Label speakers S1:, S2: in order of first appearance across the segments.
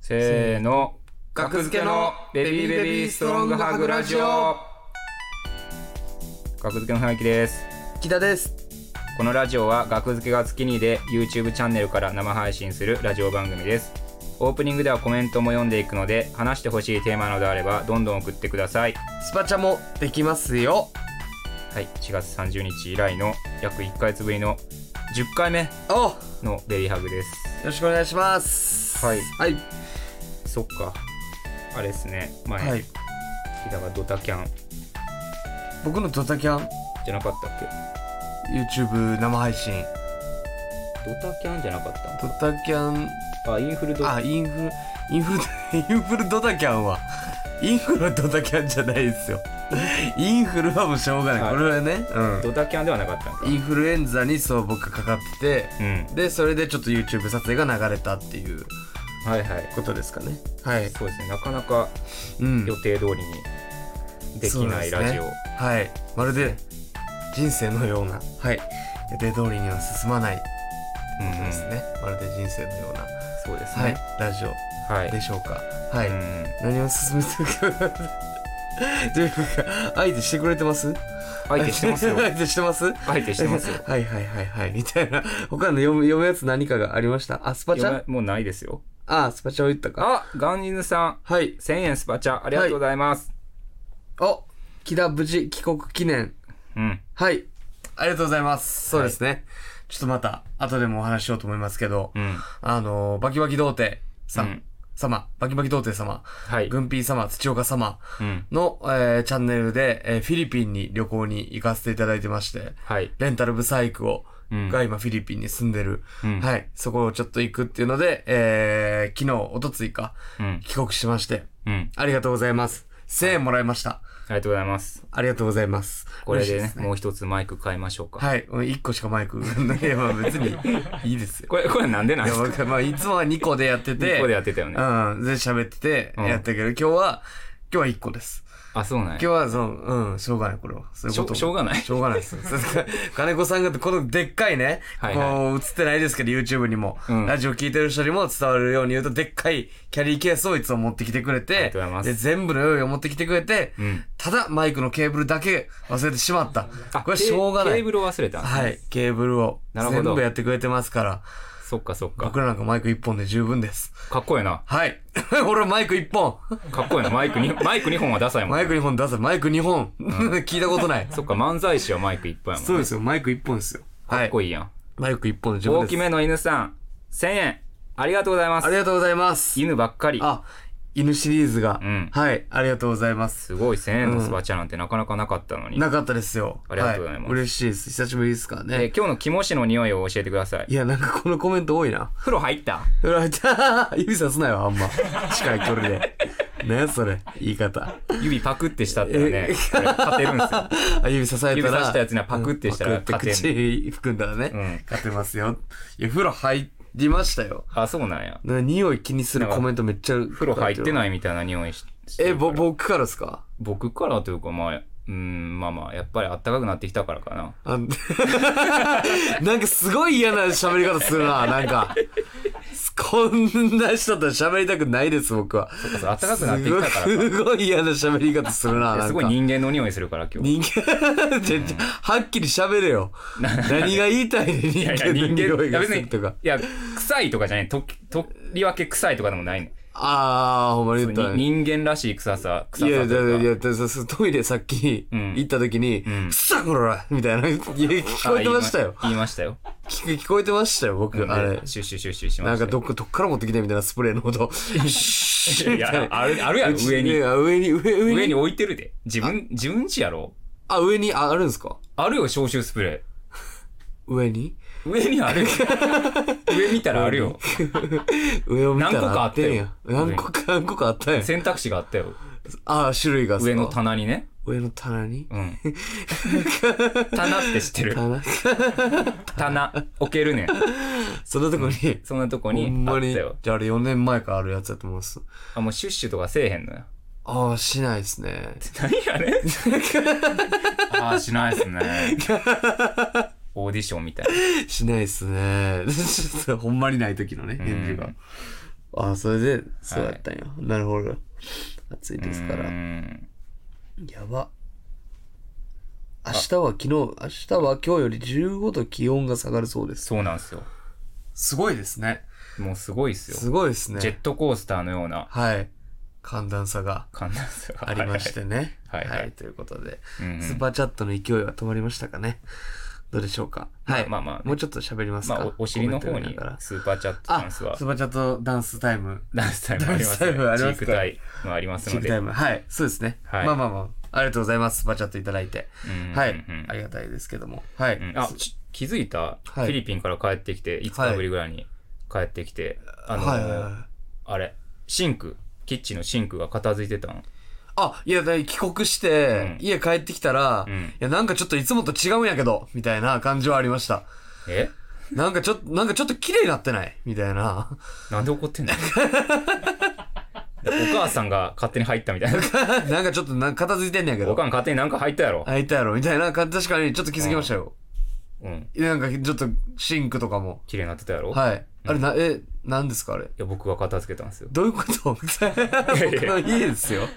S1: せーの
S2: 格付けのベビーベビーストロングハグラジオ
S1: 学付けの花木です
S2: 木田です
S1: このラジオは学付けが月にで YouTube チャンネルから生配信するラジオ番組ですオープニングではコメントも読んでいくので話してほしいテーマなどあればどんどん送ってください
S2: スパチャもできますよ
S1: はい4月30日以来の約1ヶ月ぶりの10回目
S2: およ
S1: のベビーハグです
S2: ろしくお願いします
S1: はい
S2: はい
S1: そっかあれですね前、
S2: はい
S1: 木田がドタキャン
S2: 僕のドタキャン
S1: じゃなかったっけ
S2: YouTube 生配信
S1: ドタキャンじゃなかった
S2: ドタキャン
S1: あインフルド
S2: あインフルインフ ルインフルドタキャンは インフルドタキャンじゃないですよインフルはもうしょうがな
S1: はいい
S2: これはねう
S1: ドタキャンではなかったのか
S2: んインフルエンザにそう僕がかかって
S1: うん
S2: てでそれでちょっと YouTube 撮影が流れたっていう
S1: はいはい
S2: ことですかねはい
S1: そうですねなかなか
S2: うん
S1: 予定通りにできないラジオ、
S2: そうはいまるで人生のようなはい予定通りには進まない
S1: うんうん
S2: ですね、まるで人生のような、
S1: そうです
S2: はい
S1: ね、
S2: ラジオ
S1: はい、
S2: でしょうかはい、
S1: うん
S2: 何を進めてる かというか相手してくれてます
S1: 相手してますよ
S2: 相手してます
S1: 相手してますよ
S2: はいはいはいはいみたいな他の読む読むやつ何かがありましたあスパチ
S1: い
S2: ャ
S1: やもうないですよ
S2: あスパチャを言ったか
S1: あガンジヌさん
S2: はい
S1: 1000円スパチャありがとうございます、
S2: お木田無事帰国記念
S1: うん
S2: はい。ありがとうございます。そうですね。ちょっとまた、後でもお話ししようと思いますけど、
S1: うん
S2: あのー、バキバキ童貞さん、
S1: うん
S2: 様、バキバキ童貞様、
S1: はい
S2: グンピー様、土岡様
S1: うん
S2: の、えーチャンネルで、えーフィリピンに旅行に行かせていただいてまして、
S1: はい
S2: レンタルブサイクを、
S1: うん
S2: が今フィリピンに住んでる、
S1: うん
S2: はい。そこをちょっと行くっていうので、えー昨日、おとついか、
S1: うん
S2: 帰国しまして、
S1: うん
S2: ありがとうございます。1000円もらいました。
S1: ありがとうございます
S2: ありがとうございます。
S1: これで
S2: 嬉しい
S1: ねもう一つマイク買いましょうか、
S2: はい。うん1個しかマイク。 いや、まあ別にいいですよ。
S1: これこれなんでなん
S2: い
S1: で
S2: や、
S1: すか
S2: 僕まあいつもは2個でやってて、
S1: 2個でやってたよね、
S2: うん。で、喋ってて、
S1: うん
S2: やったけど、今日は、今日は1個です。
S1: あそうなんや
S2: 今日は、その、うん、しょうがない、これは。そういう
S1: し
S2: こ
S1: ょ
S2: と。
S1: しょうがない
S2: しょうがな いです。金子さんが、このでっかいね、
S1: はいはい
S2: こう、映ってないですけど、YouTube にも、
S1: うん
S2: ラジオ聞いてる人にも伝わるように言うと、でっかいキャリーケースをいつも持ってきてくれ
S1: ありが
S2: て
S1: とうござい、ます
S2: で、全部の用意を持ってきてくれて、
S1: うん
S2: ただ、マイクのケーブルだけ忘れてしまった。
S1: あ
S2: これはしょうがない。
S1: ケーブルを忘れたんですね
S2: はい、ケーブルを
S1: なるほ
S2: 全
S1: ど
S2: 部やってくれてますから、
S1: そっかそっか
S2: 僕らなんかマイク1本で十分です。
S1: かっこいいな
S2: はい。 俺マイク1本。
S1: かっこいいなマイクにマイク2本はダサいもん
S2: マイク2本出せ、マイク2本。 聞いたことない。
S1: そっか漫才師はマイクいっぱいやもん
S2: そうですよ、マイク1本ですよ。
S1: かっこ
S2: いい。
S1: いいやん、
S2: マイク1本で十分
S1: 大
S2: です。
S1: きめの犬さん1000円ありがとうございま
S2: あ
S1: す
S2: りがとうございます。
S1: 犬ばっかり
S2: あ、犬シリーズが、
S1: うん
S2: はい、ありがとうございます。
S1: すごい1000円のスパチャなんてなかなかなかったのに、
S2: なかったですよ。
S1: ありがとうございます
S2: は嬉しいです。久しぶりですから
S1: え
S2: ね。
S1: 今日の肝しの匂いを教えてください
S2: いや、なんかこのコメント多いな。
S1: 風呂入った
S2: うら、ちゃ ー指さすなよ、あんま。近い距 離で。ねそれ、言い方。
S1: 指パクってしたったらねこれ勝てるんですよ
S2: あ指さされたら
S1: 指さしたやつにはパクってしたら
S2: うんパクって
S1: 勝て
S2: 口含んだらね、
S1: うん
S2: 勝てますよいや風呂入りましたよ
S1: あそうなんや
S2: な匂い気にするコメントめっちゃ
S1: 風呂入って
S2: い
S1: ないみたいな匂いしして
S2: え
S1: るから
S2: ぼ僕からですか
S1: 僕からというかまあうんまあまあやっぱりあったかくなってきたからかな
S2: あ なんかすごい嫌な喋り方するななんかこんな人と喋りたくないです僕は
S1: そうそうあったか
S2: す
S1: くなってきた
S2: ごい
S1: からか
S2: すごい嫌な喋り方するななん
S1: いや
S2: か
S1: すごい人間の匂いするから今日
S2: 人間じゃじゃはっきり喋れよ何が言いたいね人
S1: いやい
S2: 間
S1: や
S2: の
S1: 人間
S2: 匂い
S1: いや
S2: が
S1: 別
S2: す
S1: に
S2: るとか
S1: いや臭いとかじゃないととりわけ臭いとかでもないね
S2: ああ、ほんまに言ったね。
S1: 人間らしい臭さ
S2: い
S1: 臭
S2: や、
S1: さ
S2: い
S1: と
S2: や
S1: いう
S2: い
S1: か
S2: や、だだだトイレさっき
S1: うん
S2: 行った時に、
S1: ん
S2: くさこらみたいな、いや聞こえてましたよ。
S1: あ言いましたよ
S2: 聞聞こえてましたよ、僕、あれ
S1: で。シュッシュッシュッシュッしま
S2: なん
S1: したよ
S2: かどっか、どっから持ってきたみたいなスプレーの音。シュッ
S1: い やあるあるやろ
S2: うち
S1: 上に
S2: いや上に、上、上に。
S1: 上に置いてるで自分自分ちやろ
S2: あ、上に、あ、あるんですか
S1: あるよ消臭スプレ
S2: 上に
S1: ー上にあ るよ上見たらあるよ
S2: 上を見たら
S1: 何個かあったよ
S2: んや何個か、何個かあったやん。
S1: 選択肢があったよ
S2: あ、種類がっすか
S1: 上の。棚にね
S2: 上の棚に
S1: うん棚って知ってる
S2: 棚
S1: 棚置けるねん
S2: そのとこに、
S1: そんなとこ
S2: ほ
S1: に
S2: ん
S1: あ
S2: ま
S1: った
S2: に、じ
S1: よ
S2: ゃああれ4年前からあるやつだと思います。
S1: あもうシュッシュとかせえへんのよ
S2: ああ、しないですね。
S1: 何やね ああしないっす ねオーディションみたいな
S2: しないですね。ほんまにない時のね、
S1: ん
S2: 返事が。あそれでそうやったんや、なるほど暑いですから
S1: うん
S2: やば明日は昨日明日は今日より15度気温が下がるそうです
S1: そうなんですよ
S2: すごいですね
S1: もうすごいですよ
S2: すごいです
S1: ジェッ
S2: ね
S1: トコースターのような
S2: はい寒暖差が
S1: 感じですよ
S2: ありましてね
S1: はいはい
S2: ということで
S1: はいはいうんうん
S2: スーパーチャットの勢いは止まりましたかねどうでしょうかはい
S1: まあまあね
S2: もうちょっと喋ります
S1: ま
S2: か
S1: あおお尻の
S2: コ
S1: 方
S2: メン
S1: に
S2: ト読みながら
S1: スーパーチャットダ
S2: あ
S1: ンス
S2: ス
S1: は
S2: ーパーチャットダンスタイム
S1: ダン スタイムもありますね
S2: ダンスタイムあり
S1: チ
S2: ますか
S1: ーク
S2: ら
S1: タイもあります
S2: チ
S1: の
S2: ーク
S1: で
S2: タイム。はい。そうですね。
S1: はい
S2: まあまあまあ。ありがとうございます。スーパーチャットいただいて。
S1: うん
S2: はい
S1: うんうん。
S2: ありがたいですけども。はい。
S1: うんあち気づいた、フィリピンから帰ってきて5日ぶりぐらいに帰ってきて、あのー
S2: はいはいはい。
S1: あれシンクキッチンのシンクが片付いてたの
S2: あ、いや、だ帰国して、
S1: うん
S2: 家帰ってきたら、
S1: ん
S2: いや、なんかちょっといつもと違うんやけど、みたいな感じはありました。
S1: え
S2: なんかちょっと、なんかちょっと綺麗になってないみたいな。
S1: なんで怒ってんの お母さんが勝手に入ったみたいな
S2: なんかちょっと、なんか片付いてんねやけ
S1: お
S2: ど
S1: か。ん勝手になんか入ったやろ、
S2: あいたやろみたいな感じ。確かに、ちょっと気づきましたよ。
S1: うん
S2: なんか、ちょっと、シンクとかも。
S1: 綺麗になってたやろ、い、
S2: はい。あれ、な、え、何ですかあれ。
S1: や僕が片付けたんですよ
S2: どういうこと みたいな。僕
S1: やいや
S2: の家ですよ。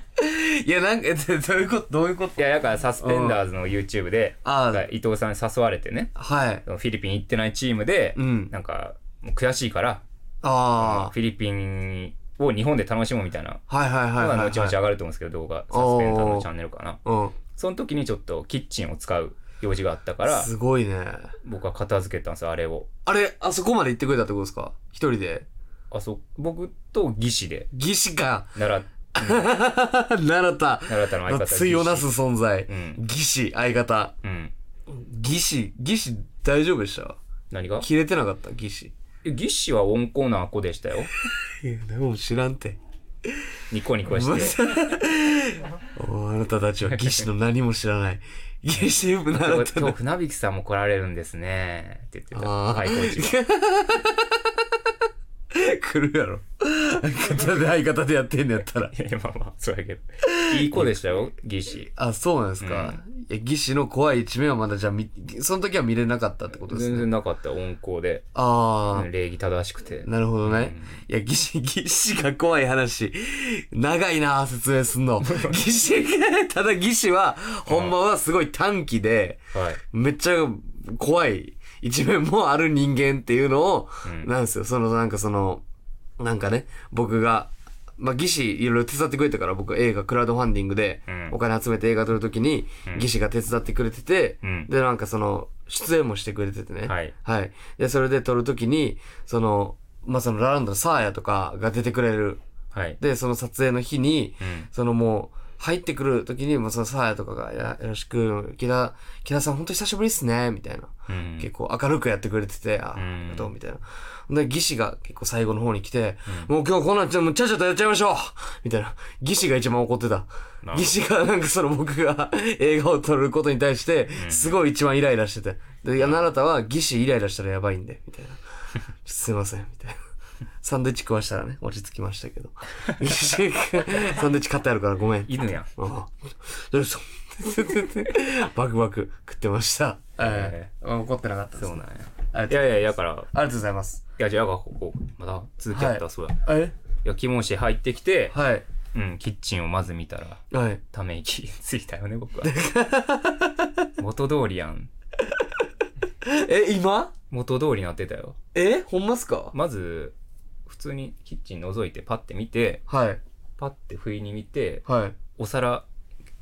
S2: いや、なんか、えどういうことどういうこと
S1: いやだからサスペンダーズの YouTube で
S2: あ
S1: なんか伊藤さんに誘われてね
S2: はい。
S1: フィリピン行ってないチームで、
S2: うん
S1: なんかもう悔しいから
S2: あ
S1: フィリピンを日本で楽しもうみたいな
S2: あ。はいはいはいはい、はい。
S1: 後々上がると思うんですけど動画サスペンダーズのチャンネルかな
S2: うん。
S1: その時にちょっとキッチンを使う用事があったから
S2: すごいね。
S1: 僕は片付けたんですよあれを
S2: あれ、あそこまで行ってくれたってことですか一人で。
S1: あそう僕と技師で
S2: 義士か。
S1: 習っ
S2: 習った。
S1: 習ったの相方技師
S2: 対をなす存在。
S1: うん
S2: 義士、相方。
S1: うん
S2: 義士、義士大丈夫でした
S1: 何が
S2: 切れてなかった義士。
S1: え技師は温厚な子でしたよ
S2: いや、でも知らんて。
S1: ニコニコして
S2: おあなたたちは義士の何も知 らない。義士
S1: 「
S2: 部
S1: 今
S2: 習っ
S1: 日
S2: た
S1: 今日船引さんも来られるんですね」って言ってた
S2: あー
S1: 開口一番
S2: 来るやろ。相方で相方でやってんのやったら。
S1: いやまあまあそうやけどいい子でしたよ技師
S2: あ、そうなんですか。いや、義士の怖い一面はまだじゃあみ、その時は見れなかったってことです
S1: 全
S2: ね。
S1: 然なかった温厚で
S2: ああ、
S1: 礼儀正しくて
S2: なるほどね。いや、義 士、義士が怖い話。長いな、説明す んの。義士が、ただ義士は、ほんまはすごい短気で、
S1: はい
S2: めっちゃ怖い一面もある人間っていうのを、
S1: ん
S2: なんですよ。その、なんかその、なんかね、僕が、まあ、義士いろいろ手伝ってくれたから、僕映画クラウドファンディングで
S1: うん
S2: お金集めて映画撮るときに、義士が手伝ってくれてて、
S1: うん
S2: で、なんかその、出演もしてくれててね。
S1: はい
S2: で、それで撮るときに、その、まあ、そのラランドのサーヤとかが出てくれる。
S1: はい
S2: で、その撮影の日に、
S1: うん
S2: そのもう、入ってくる時に、もうそのサーヤとかが、やよろしく、木田、木田さん本当久しぶりっすね、みたいな。
S1: うん
S2: 結構明るくやってくれてて、あ、
S1: ん
S2: ありがとう、みたいな。で、義士が結構最後の方に来て、もう今日こんなんちゃ、もうちゃちゃとやっちゃいましょうみたいな。義士が一番怒ってた
S1: な。
S2: 義士がなんかその僕が 映画を撮ることに対して、すごい一番イライラしてて。で、いや、あなたは義士イライラしたらやばいんで、みたいな。すいません、みたいな。 サンドイッチ食わしたらね、落ち着きました けど。義士がサンドイッチ買ってあるからごめん。
S1: 犬やん
S2: ああ、どうした バクバク食ってました。
S1: え
S2: え怒ってなかったです。
S1: そうなんや
S2: ありが
S1: い
S2: とう
S1: やいやいやだから
S2: ありがとうございます。
S1: いやじゃあここまだ続きやった、
S2: はい
S1: そうや
S2: え
S1: いや、キモシ入ってきて、
S2: はい。
S1: うん、キッチンをまず見たら、
S2: はい。
S1: ため息ついたよね、僕は。元通りやん。
S2: え、今
S1: 元通りになってたよ。
S2: えほんますか
S1: まず、普通にキッチン覗いて、パッて見て、
S2: はい。
S1: パッて不意に見て、
S2: はい。
S1: お皿、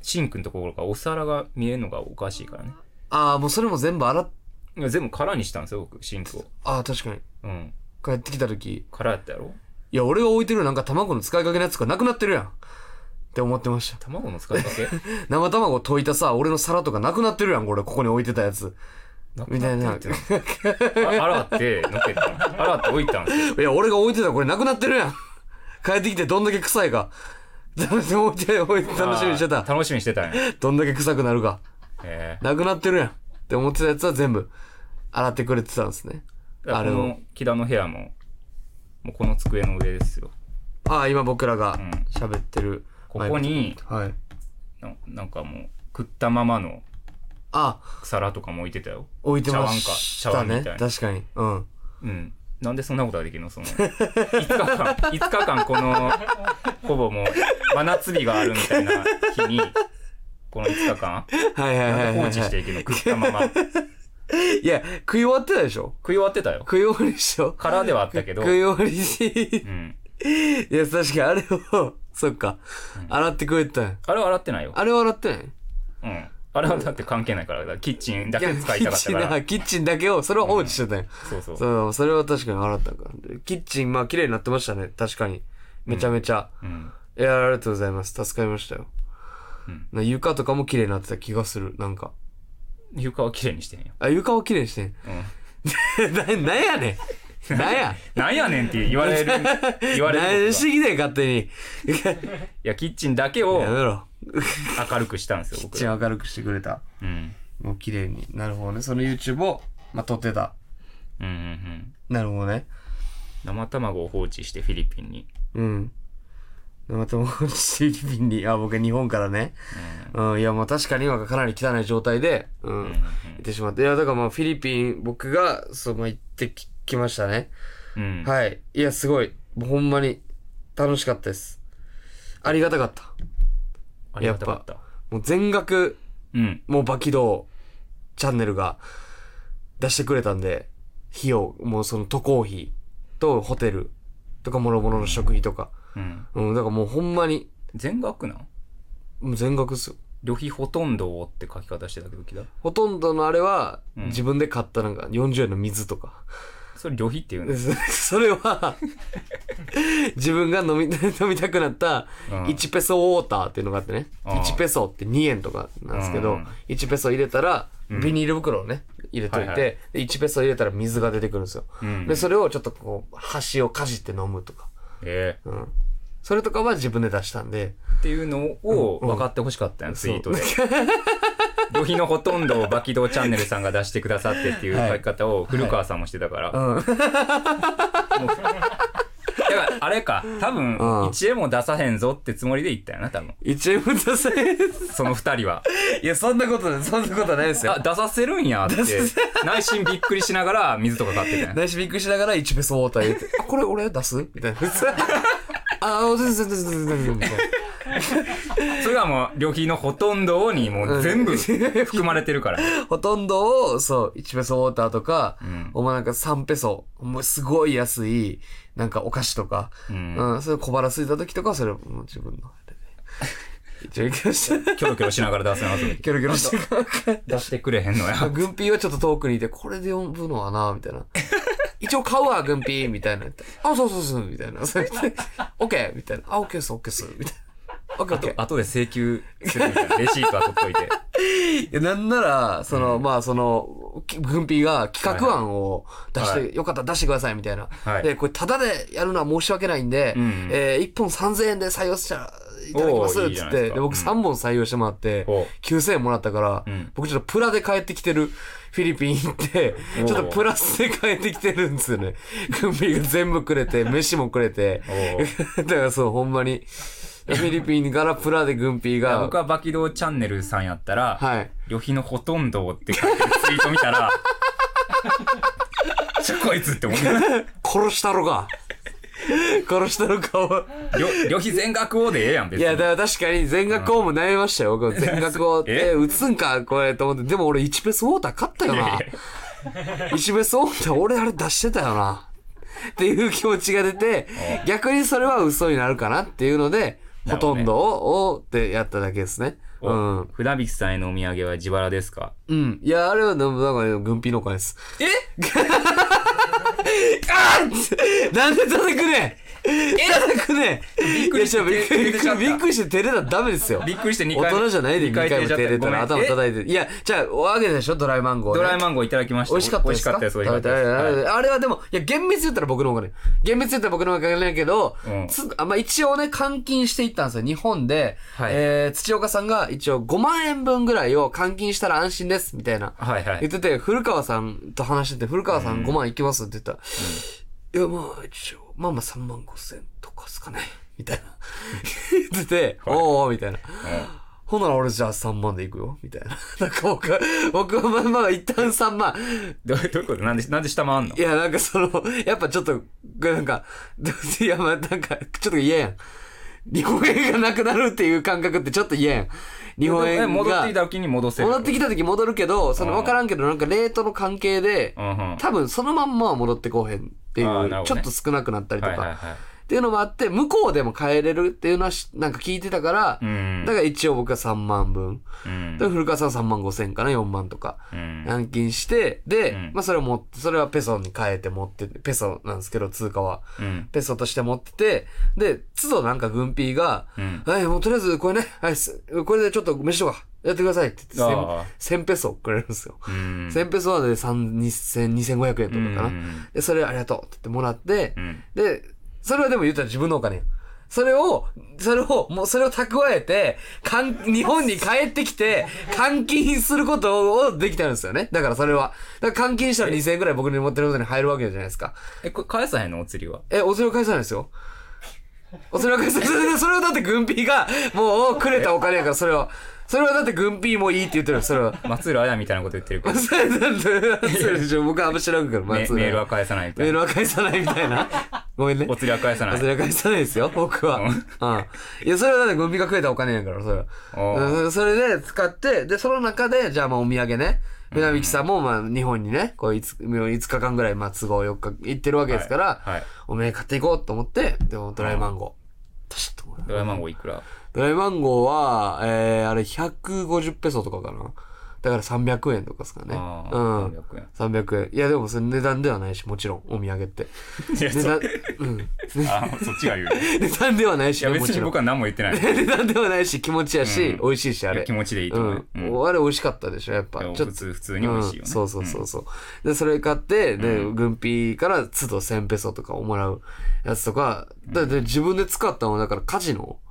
S1: シンクのところからお皿が見えるのがおかしいからね
S2: ああ、もうそれも全部洗っ、
S1: いや。全部空にしたんですよ、僕、シンクを。
S2: ああ、確かに。
S1: うん。
S2: 帰ってきた時
S1: 空やったやろ
S2: いや、俺が置いてるなんか卵の使いかけのやつがなくなってるやん。って思ってました。
S1: 卵の使いか け
S2: 生卵を溶いたさ、俺の皿とかなくなってるやん、これ、ここに置いてたやつ。
S1: なく
S2: みたい
S1: な
S2: な
S1: っ。てるってな。あ洗って、のけたの。洗って置いたんですよ。
S2: いや、俺が置いてたこれなくなってるやん。帰ってきてどんだけ臭いか。 楽しみ置いて、置いて 楽しみにして
S1: あ
S2: た
S1: ー。楽しみにしてたんや。
S2: どんだけ臭くなるか。
S1: えー
S2: なくなってるやん。って思ってたやつは全部、洗ってくれてたんですね。あ
S1: あ
S2: れ
S1: れ
S2: を
S1: の木田の部屋ももうこの机の上ですよ
S2: ああ、今僕らが
S1: ん
S2: 喋ってる。
S1: ここに
S2: はい。
S1: ななんかもう食ったままの
S2: あ、
S1: 皿とかも置いてたよ
S2: 置いてました
S1: 茶碗か茶碗
S2: ね。
S1: みたいな
S2: 確かに。うん。
S1: うんなんでそんなことができるのその5日間5日 間このほぼもう真夏日があるみたいな日にこの5日間
S2: はいはいはい
S1: な
S2: は
S1: んで
S2: いは
S1: 放
S2: い
S1: 置していくの食ったまま食い
S2: いや、食い終わってたでしょ
S1: 終わってたよ
S2: 食い終わりでしょ
S1: からではあったけど、
S2: 食い終わりし
S1: う、ん、
S2: いや、確かにあれを、そっか、洗ってくれてたんや
S1: あれは洗ってないよ、
S2: あれは洗ってない
S1: うん、あれはだって関係ないからだからキッチンだけ使い
S2: キ
S1: た
S2: ッ
S1: かった
S2: チン
S1: か
S2: だ
S1: ら
S2: キッチンだけを、それを放置してたんや
S1: そうそうう、
S2: そう、それは確かに洗ったから。でキッチン、まあ、綺麗になってましたね。確かに。めちゃめちゃ。
S1: ん、
S2: いや、ありがとうございます。助かりましたよ。
S1: うん
S2: な床とかも綺麗になってた気がする。なんか。
S1: 床をきれいにしてんよ、
S2: あ、床を綺麗にしてん。
S1: うん、
S2: な、なんやね ん。なんや。
S1: なんやねんって言わ れる言われること
S2: 何
S1: が
S2: してきてん、勝手に。
S1: いやキッチンだけを
S2: やめろ。
S1: 明るくしたんですよ
S2: キッ
S1: 僕
S2: チ
S1: ら
S2: ン明るくしてくれた。
S1: うん
S2: もう綺麗に。なるほどね。その YouTube を、まあ、撮ってた。
S1: うんうんうん
S2: なるほどね。
S1: 生卵を放置してフィリピンに
S2: うん。またもうフィリピンに、あ、僕は日本からね。うん、いや、まあ確かに今がかなり汚い状態で、うん、行ってしまって。いや、だからまあフィリピン、僕が、そう、まあ行ってききましたね。
S1: うん、
S2: はい。いや、すごい。もうほんまに、楽しかったです。ありがたかった。
S1: ありがたかった
S2: もう全額、
S1: うん
S2: もうバキドーチャンネルが出してくれたんで、費用、もうその渡航費とホテルとか諸々の食費とか。
S1: うん
S2: うん、だからもうほんまに、
S1: 全額なん
S2: もう全額っすよ。
S1: 旅費ほとんどをって書き方してたけど聞いた
S2: ほとんどのあれは、
S1: うん
S2: 自分で買ったなんか40円の水とか。
S1: それ旅費っていう
S2: で
S1: の
S2: そそれ は、自分が飲み、 飲みたくなった
S1: うん
S2: 1ペソウォーターっていうのがあってね。
S1: うん
S2: 1ペソって2円とかなんですけ
S1: う
S2: ど
S1: ん、
S2: 1ペソ入れたら、ビニール袋をね、入れとい
S1: はいはい
S2: て、で1ペソ入れたら水が出てくるんですよ。
S1: うん
S2: で、それをちょっとこう、端をかじって飲むとか。
S1: ええ
S2: うん。それとかは自分で出したんで。
S1: っていうのを分かってほしかったんや、ツイートで 旅費のほとんどをバキドーチャンネルさんが出してくださってっていう書き方を古川さんもしてたから、
S2: うん。
S1: だからあれか多分
S2: うん
S1: 1円も出さへんぞってつもりで言ったよな多分
S2: 1円も出せない。
S1: その2人は
S2: いや、そんなことない、そんなことはないですよ
S1: あ。出させるんやって
S2: 出さ
S1: 内心びっくりしながら水とか買ってたんや
S2: 内緒びっくりしながら1ペソウォーター入れて、あ、これ俺出すみ たいな。あ、全然全然全然全然。
S1: それはもう旅費のほとんどにもう全部含まれてるから
S2: ほとんどを、そう、1ペソウォーターとか、
S1: ん
S2: お前なんか3ペソ、もうすごい安い、なんかお菓子とか、
S1: う
S2: うんん、それ小腹空いた時とかはそれ、もう自分のあれで。一応行きました。
S1: キョロキョロしながら出せます
S2: キョロキョロしてる。
S1: 出してくれへんのや
S2: 軍ピーはちょっと遠くにいて、これで呼ぶのはな、みたいな。一応買うわ、軍ピーみたいな。あ、そうそうそう、みたいな。それで、オッケーみたいな。あ、オッケーっす、オッケーっす、みたいな。オッケーオッケー。
S1: 後で請求するみたいなレシートは取っといて
S2: いや、なんなら、その、まあ、その、き軍ピーが企画案を出して、
S1: は
S2: よかったら出してください、みたいな。
S1: はい
S2: で、これ、タダでやるのは申し訳ないんで、
S1: うん
S2: えー、1本3000円で採用者いただきます、
S1: お
S2: っ
S1: ーいいじ
S2: つ
S1: ゃな
S2: っ
S1: い
S2: て
S1: です
S2: で
S1: か
S2: 僕3本採用してもらって
S1: お、
S2: 9000円もらったから、
S1: うん
S2: 僕ちょっとプラで帰ってきてる、フィリピン行って、
S1: おー
S2: ちょっとプラスで帰ってきてるんです よね。軍ピーが全部くれて、飯もくれて、
S1: おー
S2: だからそう、ほんまに、フィリピンからプラで軍ピーが
S1: 僕、はバキドーチャンネルさんやったら、
S2: はい。
S1: 旅費のほとんどをって書いてるツイート見たら じゃあこいつって思う
S2: 殺したろか。殺したろかを。
S1: 旅旅費全額をでええやん別
S2: い
S1: に
S2: や、だから確かに全額をも悩みましたよ。僕は全額を。
S1: え
S2: え、打つんか、これ、と思って。でも俺1ペースウォーター買ったよな。1ペースウォーター俺あれ出してたよな。っていう気持ちが出て、逆にそれは嘘になるかなっていうので、
S1: なる
S2: ほ
S1: ほど
S2: と
S1: ね
S2: んどを、をってやっただけですね。う
S1: お
S2: ん。
S1: 船引さんへのお土産は自腹ですか
S2: うん。いや、あれは、なんかね、軍費のお金です。
S1: え
S2: あー なんで叩くねん叩くねんびっ
S1: くりして
S2: びっくりびっ
S1: 照れちゃった
S2: くりして照れたらダメですよ。
S1: びっくりして2
S2: 大
S1: 回
S2: 人じゃないで
S1: 二
S2: 2回も
S1: 照
S2: 照
S1: れちゃ
S2: れ
S1: った
S2: ら
S1: ごめん
S2: 頭
S1: え
S2: 叩いて。いや、じゃあ、お揚げたでしょドライマンゴー
S1: ド
S2: ね。
S1: ライマンゴーいただきました
S2: 美味しかった
S1: 美
S2: で
S1: 味し
S2: す
S1: か
S2: か
S1: ったです美味し
S2: 食
S1: か
S2: べ
S1: った
S2: た
S1: です
S2: あ
S1: はい
S2: れあれはでも、いや、厳密に言ったら僕のお金。厳密に言ったら僕のお金だけど、
S1: うん
S2: つあまあ一応ね、換金していったんですよ。日本で、
S1: はい
S2: えー、土岡さんが一応5万円分ぐらいを換金したら安心です、みたいな。
S1: はいは
S2: 言
S1: い
S2: ってて、古川さんと話してて、古川さん5万いきますって言ったら、いや、まあ、一応、まあまあ3万5千とかですかね、みたいな。言ってて、おーおーみたいな。ほんなら俺じゃあ3万でいくよ、みたいな。 なんか僕は、僕はまあまあ一旦3万。
S1: どうどういうことなんで、なんで下回んの
S2: いや、なんかその、やっぱちょっと、なんか、 いや、まあなんか、ちょっと嫌やん。日本円がなくなるっていう感覚ってちょっと嫌やん。日本円が。
S1: 戻ってきた時に戻せる。
S2: 戻ってきた時戻るけど、その
S1: うん
S2: 分からんけど、なんかレートの関係で、
S1: うんうん。はい
S2: 多分そのまんまは戻ってこうへんってい
S1: あーなるほど
S2: う、
S1: ね
S2: ちょっと少なくなったりと
S1: はい
S2: か、
S1: はい。
S2: っていうのもあって、向こうでも買えれるっていうのはしなんか聞いてたから
S1: う、ん。
S2: だから一応僕は3万分。
S1: うん
S2: で、古川さん3万5千から4万とか、
S1: うん
S2: 軟禁して、で
S1: うん、
S2: まあそれを持って、それはペソに変えて持ってて、ペソなんですけど、通貨は。
S1: うん。
S2: ペソとして持ってて、で、都度なんか軍ピーが、
S1: うん。
S2: はい、もうとりあえずこれね、はい、すこれでちょっと飯とかやってくださいって言って
S1: ああ、
S2: 1000ペソくれるんですよ。
S1: うん。
S2: 1000ペソはで3、2000、2500円とかか
S1: う
S2: な。
S1: ん
S2: で、それありがとうって言ってもらって
S1: う、ん。
S2: で、それはでも言ったら自分のお金やんそれを、それを、もうそれを蓄えて、かん、日本に帰ってきて、換金することをできたんですよね。だからそれは。だから換金したら2000円くらい僕に持ってることに入るわけじゃないですか。
S1: え、これ返さへんのお釣りは。
S2: え、お釣りを返さないですよ。お釣りを返さない。それそれはだって軍ピーが、もうくれたお金やから、それは。それはだって軍ピーもいいって言ってるよそれは。
S1: 松浦綾みたいなこと言ってるけど、
S2: それなんで、そうでしょ。僕はあんま知らんから、
S1: メメ
S2: 松浦
S1: ールは返さないみた
S2: メー
S1: いな。
S2: ルは返さないみたいな。ごめんね。
S1: お釣りは返さない
S2: そ。れは返さないですよ、僕は。
S1: う
S2: うんん。いや、それはだってゴミが食えたお金やから、それは。
S1: おう
S2: うんそれで使って、で、その中で、じゃあまあお土産ね。船引さんも、まあ、日本にね、こう、いつ、5日間ぐらい、まあ、都合4日行ってるわけですから、
S1: はいはい
S2: お土産買っていこうと思って、でも、ドライマンゴー。パシッと
S1: ドラえもんごいくら
S2: ドライマンゴーは、えー、あれ、150ペソとかかな。だから300円とかですかね。
S1: ああ
S2: うん。
S1: 300円
S2: 300円。いや、でも、それ値段ではないし、もちろん、お土産って。
S1: いや、
S2: 値
S1: そ
S2: 段、うん。
S1: あそっちが言う。い
S2: 値段ではないし、
S1: や、
S2: も
S1: 別
S2: ち
S1: に
S2: ろん
S1: 僕。は何も言ってない。い
S2: 値段ではないし、気持ちやし、
S1: うん
S2: 美味しいし、あ
S1: や
S2: れ。
S1: 気持ちでいいと
S2: う
S1: 思
S2: ん
S1: う。うん。
S2: あれ美味しかったでしょ、やっぱ。
S1: いや
S2: ちょっ
S1: 普
S2: と。
S1: 通、普通に美味しいよね。
S2: うんそうそうそうそう。で、それ買って、で、軍費から都度1000ペソとかをもらうやつとか、だって自分で使ったのは、だからカジノ
S1: うん。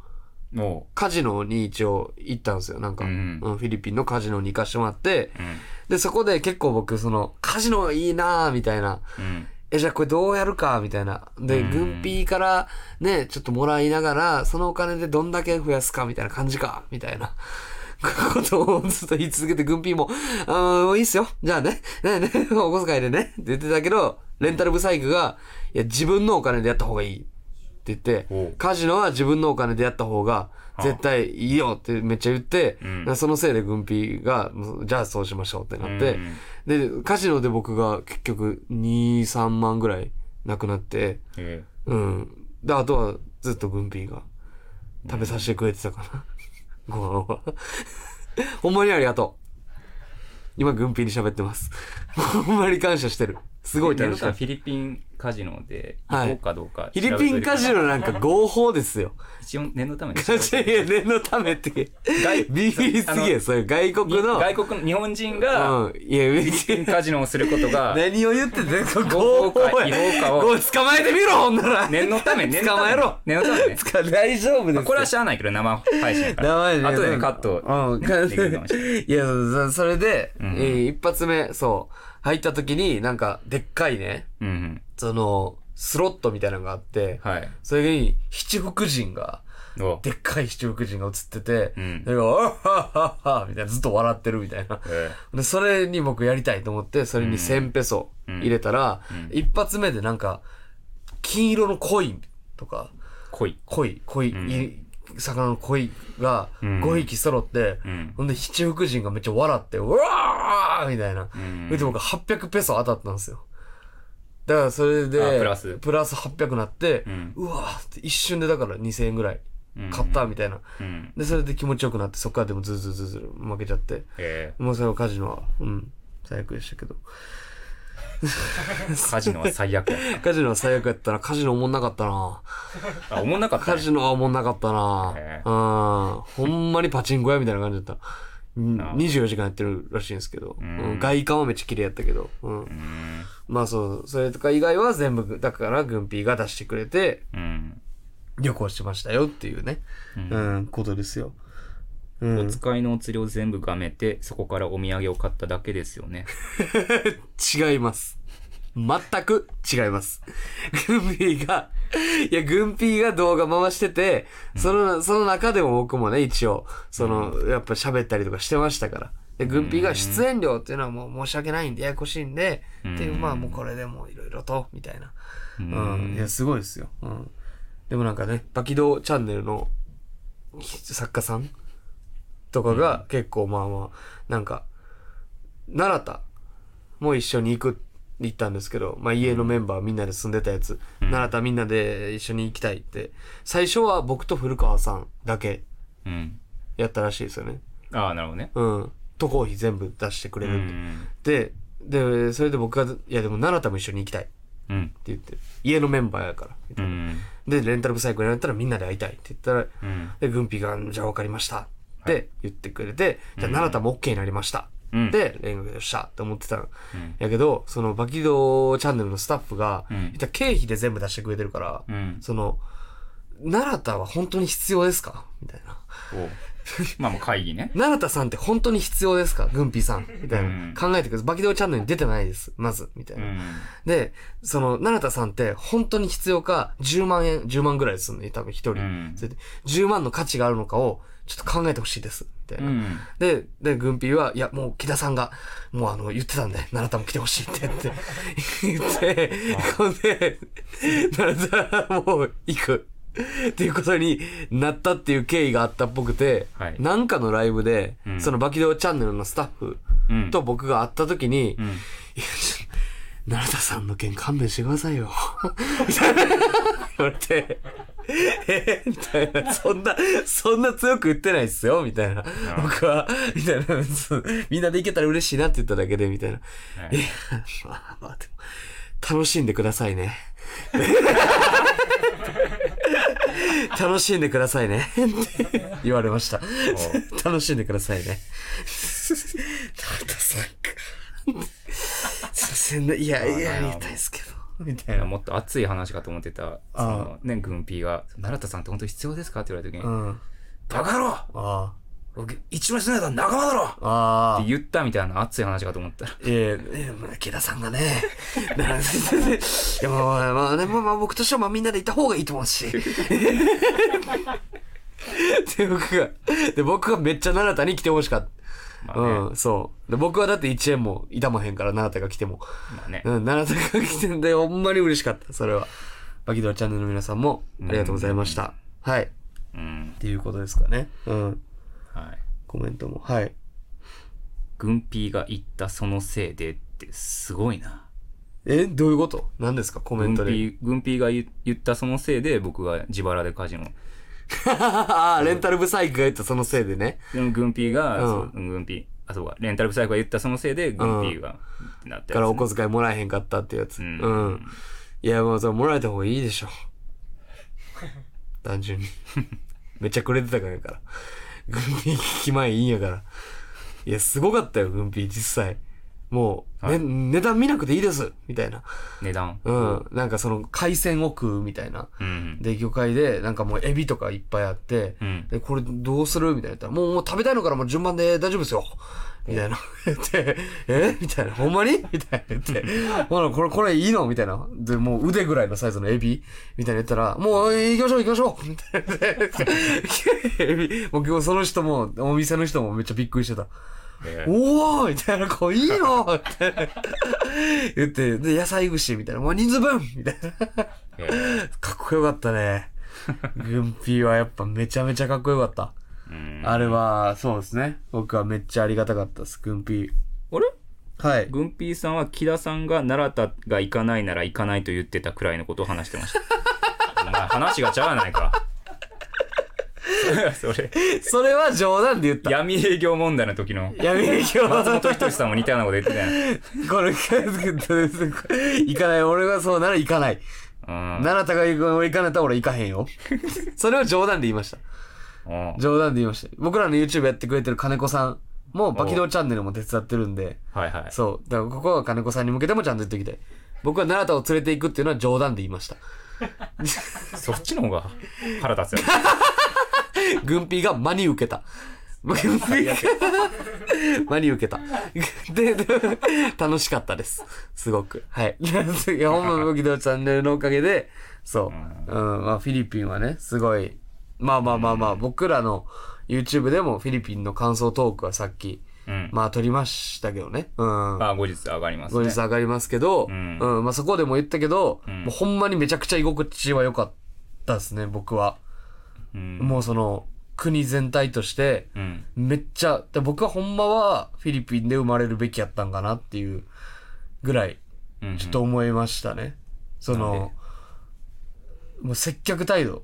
S1: も
S2: カジノに一応行ったんですよ、なんか。
S1: う
S2: うんんフィリピンのカジノに行かしてもらって、
S1: う。うん。
S2: で、そこで結構僕、その、カジノいいなぁ、みたいな。
S1: うん。
S2: え、じゃあこれどうやるかみたいな。で、
S1: うん
S2: 軍費からね、ちょっともらいながら、そのお金でどんだけ増やすかみたいな感じかみたいな。 ことをずっと言い続けて、軍費も、あーもういいっすよ。じゃあね、ねね、お小遣いでね、って言ってたけど、レンタルブサイクが、いや、自分のお金でやった方がいい。って言って
S1: おう、
S2: カジノは自分のお金でやった方が、絶対いいよってめっちゃ言って、
S1: うん
S2: そのせいで軍費が、じゃあそうしましょうってなって、
S1: うん
S2: で、カジノで僕が結局2、3万ぐらいなくなって、
S1: え
S2: うん。で、あとはずっと軍備が食べさせてくれてたかな。ご飯は。 ほんまにありがとう。今、軍備に喋ってます。ほんまに感謝してる。す
S1: え
S2: ごい楽
S1: で
S2: し
S1: さ
S2: かっ
S1: フ
S2: た。
S1: ィリピンカジノで行こうかどうか。
S2: フィリピンカジノなんか合法ですよ。
S1: 一応念のために調べ
S2: カジ
S1: ておい
S2: ノ
S1: て。
S2: 念のためって。
S1: 外
S2: ビビりすぎや、それ。外国の。
S1: 外国の日本人が
S2: うん。いや、別に。
S1: カジノをすること が
S2: 何を言ってんの
S1: 合法
S2: 合
S1: か
S2: 法
S1: 違
S2: や
S1: 法 かを
S2: こう捕まえてみろほんなら
S1: 念のため念のため
S2: 捕まえろ
S1: 念のためね
S2: つか 大丈夫です
S1: これはしゃあないけど生配信やから
S2: 名前
S1: 後でねカット
S2: うんカ
S1: できるかもし
S2: ッ トいやそそれで、
S1: ん
S2: えー一発目そう入った時になんかでっかいね
S1: うんうん
S2: そのスロットみたいなのがあって、
S1: はい
S2: それに七福神が
S1: どう
S2: でっかい七福神が映ってて、
S1: うん
S2: それが「おっはっはっは」みたいなずっと笑ってるみたいな
S1: え
S2: で、それに僕やりたいと思って、それに1000ペソ入れたら、一発目でなんか、金色のコインとか、
S1: ー濃い
S2: コイ、コイ、い魚のコイが
S1: うん
S2: 5匹揃って、
S1: うん
S2: ほんで七福神がめっちゃ笑って、うわーみたいな。
S1: ん
S2: で、僕800ペソ当たったんですよ。だからそれで、
S1: あプラス
S2: プラス800なって、
S1: うん
S2: うわーって一瞬でだから2000円ぐらい買ったみたいな。
S1: うん
S2: で、それで気持ちよくなって、そっからでもずるずるずるずる負けちゃって。
S1: え
S2: もうそれはカジノは、うん、最悪でしたけど。
S1: ーカジノは最悪やっ
S2: カジノは最悪やったら、カジノおもんなかったな
S1: たあおもんなかった
S2: カ
S1: ね
S2: ジノはおもんなかったな
S1: へえ
S2: うん。ほんまにパチンコ屋みたいな感じだった。うん
S1: ああ
S2: 24時間やってるらしいんですけど、
S1: ん
S2: うん外観はめっちゃ綺麗やったけど、うん
S1: うん
S2: まあそう、それとか以外は全部、だから軍ピーが出してくれて、
S1: うん
S2: 旅行してましたよっていうね、うん、ことですよ。う
S1: お
S2: ん、
S1: 使いのお釣りを全部がめてそこからお土産を買っただけですよね
S2: 違います。全く違います。グンピーが、いや、グンピーが動画回してて、その、その中でも僕もね、一応、その、やっぱ喋ったりとかしてましたから。で、グンピーが出演料っていうのはもう申し訳ないんで、ややこしいんで、っていう、まあもうこれでもういろいろと、みたいな。うん。いや、すごいですよ。うん。でもなんかね、バキドーチャンネルの作家さんとかが結構まあまあ、なんか、奈良田も一緒に行く、行ったんですけど、まあ家のメンバーみんなで住んでたやつ、奈良田みんなで一緒に行きたいって、最初は僕と古川さんだけ
S1: うん。
S2: やったらしいですよね。
S1: ああ、なるほどね。
S2: うん。渡航費全部出してくれ
S1: う
S2: るって。
S1: ん。
S2: で、で、それで僕が、いやでも奈良田も一緒に行きたいって
S1: うん。
S2: 言って、家のメンバーやから、みた
S1: う
S2: いな。
S1: ん。
S2: で、レンタルブサイクルやったらみんなで会いたいって言ったら、
S1: うん。
S2: で、軍備が、じゃあ分かりました。って言ってくれて、じゃあ、奈良田も OK になりました。
S1: うん
S2: で、連絡でよっしゃって思ってたん
S1: ん
S2: やけど、その、バキドチャンネルのスタッフが、
S1: ん
S2: 言ったら経費で全部出してくれてるから、
S1: うん。
S2: その、奈良田は本当に必要ですかみたいな。
S1: おうまあもう会議ね。
S2: 奈良田さんって本当に必要ですか軍備さん。みたいな。
S1: うん
S2: 考えてください。バキドチャンネルに出てないです。まず。みたいうな。
S1: ん。
S2: で、その、奈良田さんって本当に必要か、10万円、10万ぐらいすんね、多分一
S1: う
S2: 人。
S1: ん
S2: それで、10万の価値があるのかを、ちょっと考えてほしいです、みたいうな。
S1: ん。
S2: で、で、軍ピーは、いや、もう、木田さんが、もうあの、言ってたんで、奈良田も来てほしいってって、言って、ほんで、奈良田はもう、行く。っていうことになったっていう経緯があったっぽくて、
S1: はい
S2: なんかのライブで、
S1: うん
S2: そのバキドーチャンネルのスタッフ
S1: うん。
S2: と僕が会った時に、
S1: うん。
S2: いやちょ奈良田さんの件勘弁してくださいよ。みたいな 言われて、えみたいな、そんな、そんな強く言ってないっすよ、みたいな。僕は、みたいな、そうみんなで行けたら嬉しいなって言っただけで、みたいな。
S1: はい
S2: いや、まあまあ、でも、楽しんでください ね。楽しんでくださいね。って言われました。 楽しんでくださいね。田中さんか。すいませんね。いや、いや、言いたいですけど。みたい
S1: いや
S2: な。
S1: もっと熱い話かと思ってた、そのね、軍 P が、奈良田さんって本当に必要ですかって言われた時
S2: う
S1: に、
S2: ん。あ
S1: バカ野郎
S2: あ。
S1: 僕、一番下のやつは仲間だろっ
S2: ああ
S1: て。言ったみたいな熱い話かと思ったら。
S2: ええ、まあ池田さんがね、なんでいや、まあまあまあね、まあまあ僕としてはまあみんなでいた方がいいと思うし。で、僕が、で、僕がめっちゃ奈良田に来てほしかった。
S1: まあね
S2: うん、そう。で、僕はだって1円も痛まへんから、奈良田が来ても。
S1: まあね。
S2: うん、奈良田が来てんで、ほんまに嬉しかった、それは。バキドラチャンネルの皆さんも、ありがとうございました。はい。っ
S1: うん。
S2: ていうことですかね。うん。
S1: はい。
S2: コメントも。はい。
S1: 軍 P が言ったそのせいでってすごいな。
S2: え、どういうこと何ですかコメン
S1: 軍
S2: トで。
S1: P、軍 P が言言ったそのせいで僕が自腹でカジノ。
S2: ああ、 レンタルブサイクが言ったそのせいでね。
S1: でも軍 P が、
S2: うん
S1: そう軍 P、あ、そうか、レンタルブサイクが言ったそのせいで軍 P が、ってなったやつね
S2: からお小遣いもらえへんかったってやつ。
S1: う
S2: うんん。いや、もうそれもらえた方がいい でしょ。単純に。めっちゃくれてたからやから。軍備聞き前いいんやから。いや、すごかったよ、軍備実際。もう、ね
S1: はい
S2: 値段見なくていいですみたいな。
S1: 値段。
S2: うん。なんかその、海鮮を食うみたいな。
S1: うん。
S2: で、魚介で、なんかもうエビとかいっぱいあって、
S1: うん
S2: で、これどうするみたいな言ったら。もう、もう食べたいのからもう順番で大丈夫ですよ。みたいな。 で、えみたいな。ほんまにみたいな 言って。ほら、これ、これいいのみたいな。で、もう腕ぐらいのサイズのエビみたいな言ったら、もう行きましょう行きましょうみ たいなで。エビ、 もう今日その人も、お店の人もめっちゃびっくりしてた。
S1: えー
S2: おーみたいな、こういいのって言って、で、野菜串みたいな。もう人数分みたいな。
S1: えー
S2: かっこよかったね。軍ピーはやっぱめちゃめちゃかっこよかった。
S1: うん
S2: あれは、そうですね。僕はめっちゃありがたかったです、軍ピ
S1: あれ
S2: ー。はい。
S1: 軍ピーさんは木田さんが奈良田が行かないなら行かないと言ってたくらいのことを話してました。お前話がちゃうやない か。それ、
S2: それは冗談で言った。
S1: 闇営業問題の時の
S2: 闇営業
S1: 松本人志さんも似たようなこと言ってたや
S2: これ、行かない。俺がそうなら行かない。
S1: ん。うん
S2: 奈良田が行く俺行かないと俺行かへんよ。それを冗談で言いました。
S1: うん。
S2: 冗談で言いました。僕らの YouTube やってくれてる金子さんも、バキドーチャンネルも手伝ってるんで、
S1: はいはい。
S2: そう。だからここは金子さんに向けてもちゃんと言っておきたい。僕は奈良田を連れて行くっていうのは冗談で言いました。
S1: そっちの方が腹立つよね。
S2: 軍ピーが真に受けた。 マリ受けた。で、で楽しかったです。すごく。はい。いや、ほんま武器のチャンネルのおかげで、そう。うん、まあ、フィリピンはね、すごい。まあまあまあまあ、僕らの YouTube でもフィリピンの感想トークはさっき、
S1: うん。
S2: まあ、撮りましたけどね。うん。
S1: まあ、後日上がります
S2: 後
S1: ね。
S2: 日上がりますけど、
S1: うん
S2: うん、まあそこでも言ったけど、
S1: ん
S2: もうほんまにめちゃくちゃ居心地は良かったですね、僕は。
S1: うん。
S2: もうその、国全体として、
S1: うん。
S2: めっちゃ、で僕はほんまはフィリピンで生まれるべきやったんかなっていうぐらい、
S1: うん
S2: ちょっと思いましたね。その、もう接客態度、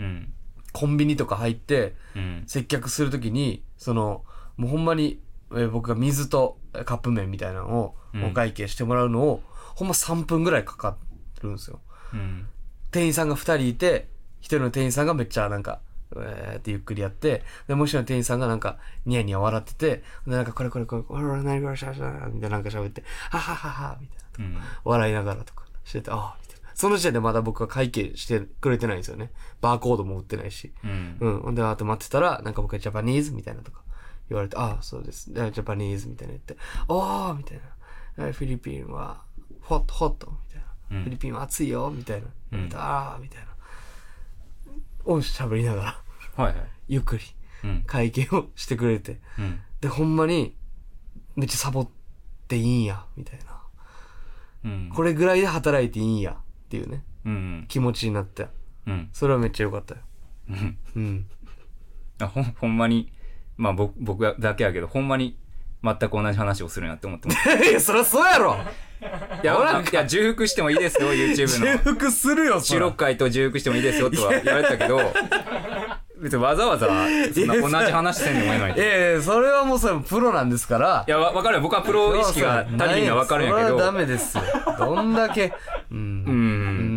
S1: うん。
S2: コンビニとか入って、
S1: うん。
S2: 接客するときに、その、もうほんまに、えー僕が水とえーカップ麺みたいなのを
S1: うん
S2: お会計してもらうのを、ほんま3分ぐらいかかるんですよ。
S1: うん。
S2: 店員さんが2人いて、1人の店員さんがめっちゃなんか、えーってゆっくりやって、で、もう一人の店員さんがなんか、ニヤニヤ笑ってて、で、なんかこれこれこれ、これこれ何これしゃしゃみたいななんか喋って、ははははみたいな。
S1: うん。
S2: 笑いながらとかしてて、ああ、みたいな。その時点でまだ僕は会計してくれてないんですよね。バーコードも売ってないし。
S1: うん。
S2: うん。ほんで、あと待ってたら、なんか僕はジャパニーズみたいなとか言われて、ああ、そうです。でジャパニーズみたいな言って、おーみたいな。えフィリピンは、ホット、ホット、みたいな。
S1: うん
S2: フィリピンは暑いよ、みたいな。
S1: うん
S2: 言われてああ、みたいな。を喋りながら、
S1: はいはい。
S2: ゆっくり
S1: うん。
S2: 会見をしてくれて。
S1: うん。
S2: で、ほんまに、めっちゃサボっていいんや、みたいな。
S1: うん。
S2: これぐらいで働いていいんや、っていうね、
S1: うん。
S2: 気持ちになって。
S1: うん。
S2: それはめっちゃ良かったよ。
S1: うん。
S2: うん。
S1: あほんほんまに、まあ僕僕だけやけど、ほんまに全く同じ話をするなって思ってます。
S2: いや、そりゃそうやろ
S1: いや、俺いや、重複してもいいですよ、YouTube
S2: 重
S1: の。
S2: 複するよ、そ
S1: 収
S2: ら
S1: 録回と重複してもいいですよとは言われたけ ど、別にわざわざそんな同じ話せんでもええのに。
S2: い
S1: い
S2: やいや、それはもうそれプロなんですから。
S1: や、わわかるよ。僕はプロ意識が足りんのはわかるんやけ
S2: そ
S1: ど
S2: れはダ。メですよ。どんだけ。うん。
S1: う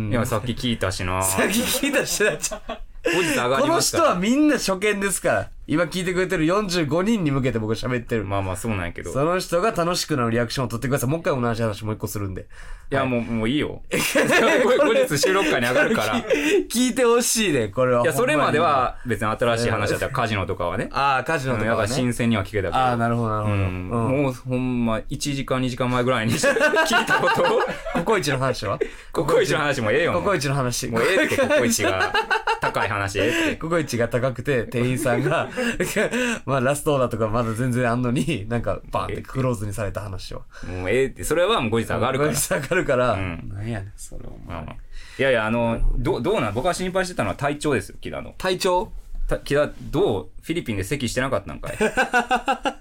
S1: ん。いや、さっき聞いたしな。後
S2: さっき聞いた人たち。
S1: 日上が
S2: こ
S1: り
S2: の
S1: まし
S2: 人
S1: た。
S2: はみんな初見ですから。今聞いてくれてる45人に向けて僕喋ってる。
S1: まあまあ、そうなんやけど。
S2: その人が楽しくなるリアクションを取ってください。もう一回同じ話もう一個するんで。
S1: いや、もう、もういいよ。 後日収録回に上がる から。い
S2: 聞いてほしいね、これは。
S1: や、それまで。は別に新しい話だったらカジノとかはね。
S2: ああ、カジノと
S1: うん
S2: か
S1: やっ
S2: は
S1: ぱ
S2: ね。
S1: 新鮮には聞けたけど。
S2: ああ、なるほど、なるほ
S1: う
S2: ど。
S1: ん
S2: うん
S1: もうほんま1時間2時間前ぐらいに聞いたこと を、
S2: ココイチの話は
S1: ココイチの話もええよ。も
S2: コ
S1: う
S2: コイチの話。
S1: もうええってココイチ が高い話ええって。
S2: ココイチが高くて、店員さんが、 まあラストオーダーとかまだ全然あんのに、なんかバンってクローズにされた話は。
S1: もうええって、それはもう後日上がるから。
S2: 上がるから。
S1: ん
S2: なんやねん、それお
S1: まあ
S2: 前。
S1: まあいやいや、あの、どどうなん僕が心配してたのは体調ですよ、キダの。
S2: 体調
S1: たキダ、どうフィリピンで席してなかった んかい一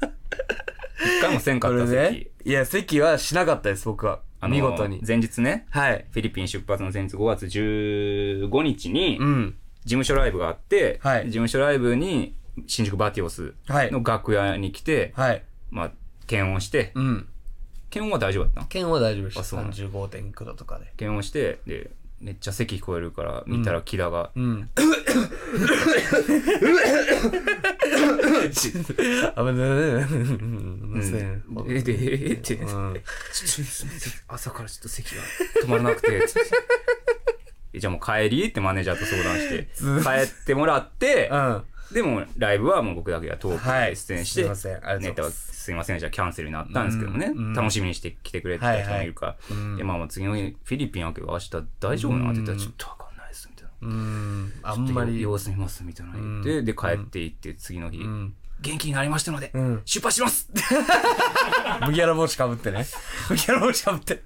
S1: 回もせん
S2: こ
S1: かっ
S2: れ
S1: た
S2: ね
S1: 席。。
S2: いや、席はしなかったです、僕は。
S1: あの
S2: 見事に。
S1: 前日ね、
S2: はい。
S1: フィリピン出発の前日5月15日に、
S2: うん。
S1: 事務所ライブがあって、
S2: はい
S1: 事務所ライブに新宿バティオス
S2: はい
S1: の楽屋に来て、
S2: はい。
S1: まあ、検温して、
S2: うん。
S1: 検温は大丈夫だったの
S2: 剣は大丈夫でした。
S1: あそうなの
S2: 35.9度とかで。
S1: 検温して、で、めっちゃ咳聞こえるから、見たら木田が、
S2: うん。あぶねえ。うんせん
S1: え、え、え、えって、ちょ
S2: うん
S1: ちょちょ朝からちょっと咳が止まらなくて、つってえじゃあもう帰りってマネージャーと相談して、帰ってもらって
S2: う、ん。
S1: でもライブはもう僕だけがトーク
S2: は
S1: で
S2: い
S1: 出演して、
S2: すいませんありがとう
S1: ネ
S2: ご
S1: タ
S2: ざい
S1: は
S2: ます
S1: すいませんじゃあキャンセルになったんですけどね、
S2: うんうん
S1: 楽しみにして来てくれてた人もいるから、でまあまあ次の日フィリピン明けが明日大丈夫なのって言ったらちょっとわかんないですみたいな。
S2: うん。あんまり。
S1: 様子見ますみたいな言って、で帰って行って次の日、
S2: ん
S1: 元気になりましたので、
S2: ん
S1: 出発します
S2: 麦わら帽子かぶってね。麦わら帽子かぶって。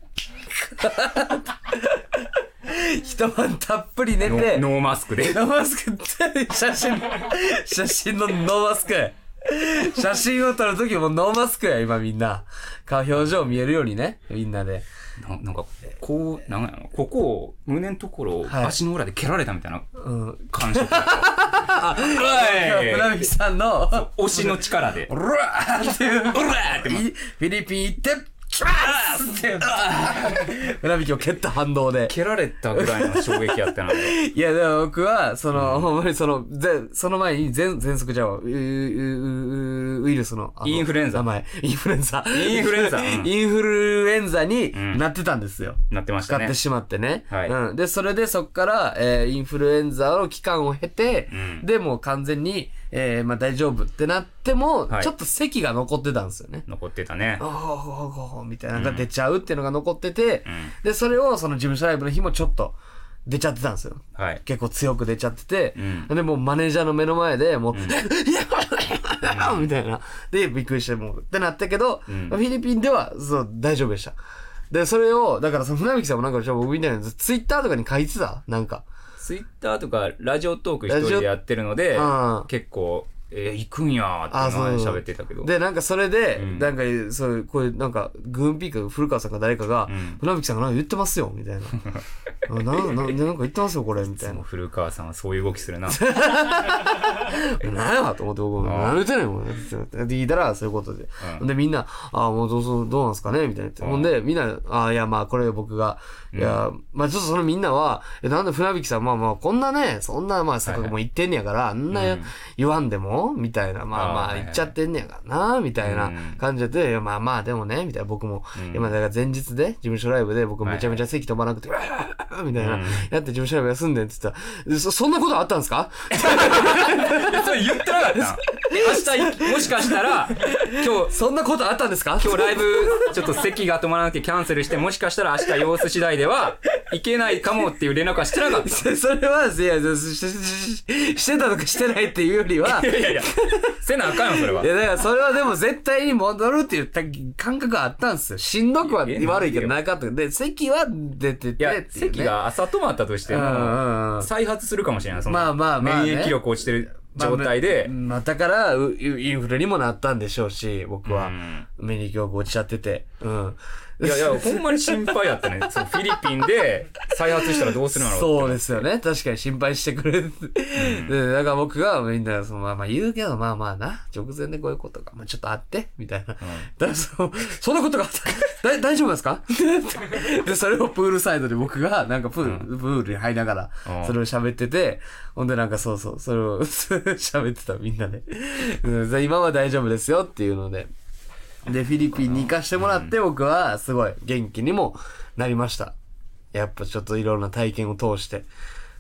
S2: 一晩たっぷり寝
S1: ノ
S2: て、ノ
S1: ノーマスクで。
S2: ーマスクって、写真、写真のノーマスク。写真を撮るときもノーマスクや、今みんな。顔表情見えるようにね、みんなで。
S1: ななんか、こう、なんやろ、ここを、胸のところを
S2: はい
S1: 足の裏で蹴られたみたいな
S2: うん。
S1: 感 触。
S2: 船引さんの、
S1: おい推しの力で
S2: う。らーっていう、
S1: うらーって
S2: いフィリピン行って、キャーって、船引きを蹴った反動で。
S1: 蹴られたぐらいの衝撃やったな。俺
S2: いや、でも僕は、その、ほんまにその、ぜその前に、全、全息じゃあ、ううううウイルスの、あの
S1: インフルエンザ
S2: 名前。インフルエンザ。
S1: インフルエンザうん
S2: インフルエンザに
S1: ん
S2: なってたんですよ。
S1: なってまし
S2: 使
S1: たね
S2: って。しまってね。
S1: はい
S2: うん。で、それでそっから、えーインフルエンザの期間を経て、
S1: うん
S2: で、もう完全に、えーまあ大丈夫ってなっても、
S1: はい
S2: ちょっと席が残ってたんですよね。
S1: 残ってたね
S2: お。ーほほほほみたいなのが出ちゃうっていうのが残ってて、
S1: うん。
S2: で、それをその事務所ライブの日もちょっと出ちゃってたんですよ。
S1: はい。
S2: 結構強く出ちゃってて、
S1: う
S2: で、もうマネージャーの目の前で、もう、 みたいな。で、びっくりして、もう、ってなったけど、
S1: うん
S2: フィリピンでは、そう、大丈夫でした。で、それを、だから、その船引さんもなんか、ちょ僕みたいなやつ、ツイッターとかに書いてたなんか。
S1: ツイッターとかラジオトーク一人でやってるので
S2: うん、
S1: 結構、えー行くんやー
S2: あ
S1: って
S2: そう
S1: 前に喋ってたけど。
S2: で、なんかそれで、
S1: うん
S2: なんか、そういう、こういう、なんか、グーンピーク、古川さんか誰かが、
S1: うん
S2: 船引さんがなんか言ってますよ、 みたいな。あなんなんなんか言ってますよ、これ、みたい
S1: もう
S2: な。
S1: 古川さんはそういう動きするな。
S2: 何やわと思って、僕、
S1: あー
S2: 何言ってんのもん。って聞いたら、そういうことで。
S1: うん
S2: で、みんな、ああ、もうどうぞどうなんすかねみたいな言って。
S1: うん
S2: ほんで、みんな、ああ、いや、まあ、これ僕が、いや、まあ、ちょっとそのみんなは、えなんで船引さん、まあまあ、こんなね、そんな、まあ、
S1: い
S2: 坂
S1: はい
S2: も言ってんねやから、あんな
S1: うん
S2: 言わんでもみたいな、まあま
S1: あー
S2: あ、
S1: はいはい
S2: 言っちゃってんねやからな、みたいな
S1: うん
S2: 感じで、いやまあまあ、でもね、みたいな、僕も、
S1: うん
S2: 今、だから前日で、事務所ライブで、僕
S1: はいはい
S2: めちゃめちゃ席飛ばなくて、うわーみたいな、
S1: うん
S2: やって事務所ライブ休んでんって言ったら、そ、そんなことあったんですか
S1: それ言ってなかったん明日い、もしかしたら、今日、
S2: そんなことあったんですか
S1: 今日ライブ、ちょっと席が止まらなくてキャンセルして、もしかしたら明日様子次第では、行けないかもっていう連絡はしてなかった。
S2: そそれは、いや、ししししてたとかしてないっていうよりは、。
S1: いやいやいや、せなあかんよ、それはい
S2: や、だからそれはでも絶対に戻るっていうた感覚はあったんですよ。しんどくは悪いけどなかった。で、席は出てて
S1: いや、
S2: っていうね
S1: 席、が朝止まったとして
S2: うんう
S1: も、
S2: んうん。
S1: 再発するかもしれない。その
S2: まあまあまあね
S1: 免疫力落ちてる状態で
S2: まあ、、まあだから、うインフレにもなったんでしょうし、僕は
S1: う。ん
S2: 目に今日落ちちゃってて。うん。
S1: いやいや、ほんまに心配やった ね。そうフィリピンで再発したらどうするんだろうって
S2: そうですよね。確かに心配してくれて。で、だから僕がみんな、そのまあまあ言うけど、まあまあな、直前でこういうことが、まあちょっとあって、みたいな。だからそのそんなことがあった。 だ大丈夫なんですかで、それをプールサイドで僕が、なんかプール、プールに入りなが
S1: う
S2: ら
S1: ん、
S2: それを喋ってて、ほんでなんかそうそう、それを 喋ってたみんなで。うんで今は大丈夫ですよっていうので。で、フィリピンに行かしてもらって、僕はすごい元気にもなりました。やっぱちょっといろんな体験を通して。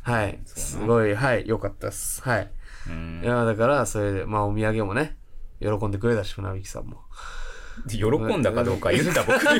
S2: はい。すごい、はい、良かったです。はい。
S1: うん
S2: いや、だから、それで、まあ、お土産もね、喜んでくれたし、船引さんも。
S1: 喜んだかどうか言った、僕今。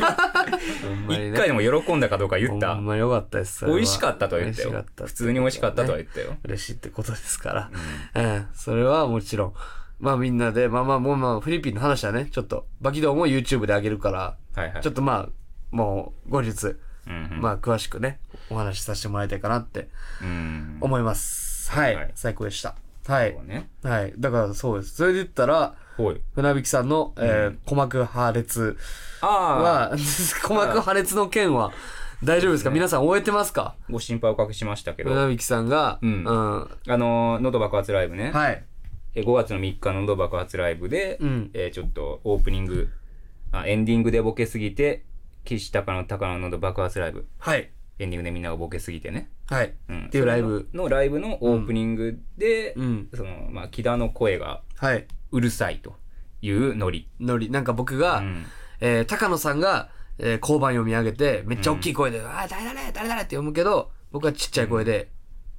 S2: ほんまに
S1: 一
S2: ね
S1: 回でも喜んだかどうか言っ
S2: ほ
S1: た
S2: ん。ま良かったです。それは
S1: 美味しかったとは言った
S2: 美
S1: よ
S2: 味しかっ。た
S1: 普通に美味しかったとは言ったよ。
S2: 嬉しいってことですから。うん。それはもちろん。まあみんなで、まあまあもうまあフィリピンの話はね、ちょっと、バキドウも YouTube で上げるから、
S1: はいはい。
S2: ちょっとまあ、もう後日、
S1: うんうん
S2: まあ詳しくね、お話しさせてもらいたいかなって
S1: うん。
S2: 思います。はい。
S1: はい
S2: 最高でした。はい
S1: そう。ね。
S2: はい。だからそうです。それで言ったら、
S1: ほい。
S2: 船引さんの、えー、鼓膜破裂
S1: ああ、
S2: は、 鼓膜破裂の件は大丈夫ですか皆さん終えてますか
S1: ご心配おかけしましたけど。
S2: 船引さんが、
S1: うん
S2: うん。
S1: あのー、喉爆発ライブね。
S2: はい。
S1: え5月の3日の喉爆発ライブで、
S2: うん
S1: えーちょっとオープニング、あエンディングでボケすぎて、岸高野高野の喉爆発ライブ。
S2: はい。
S1: エンディングでみんながボケすぎてね。
S2: はい。
S1: うん
S2: っていうライブ。
S1: そののライブのオープニングで、
S2: うん。
S1: その、まあ、木田の声が
S2: はい。
S1: うるさいというノリ。
S2: ノリ。なんか僕が、
S1: うん
S2: えー高野さんが、えー交番読み上げて、めっちゃ大きい声で、あー、誰誰誰誰って読むけど、僕はちっちゃい声で、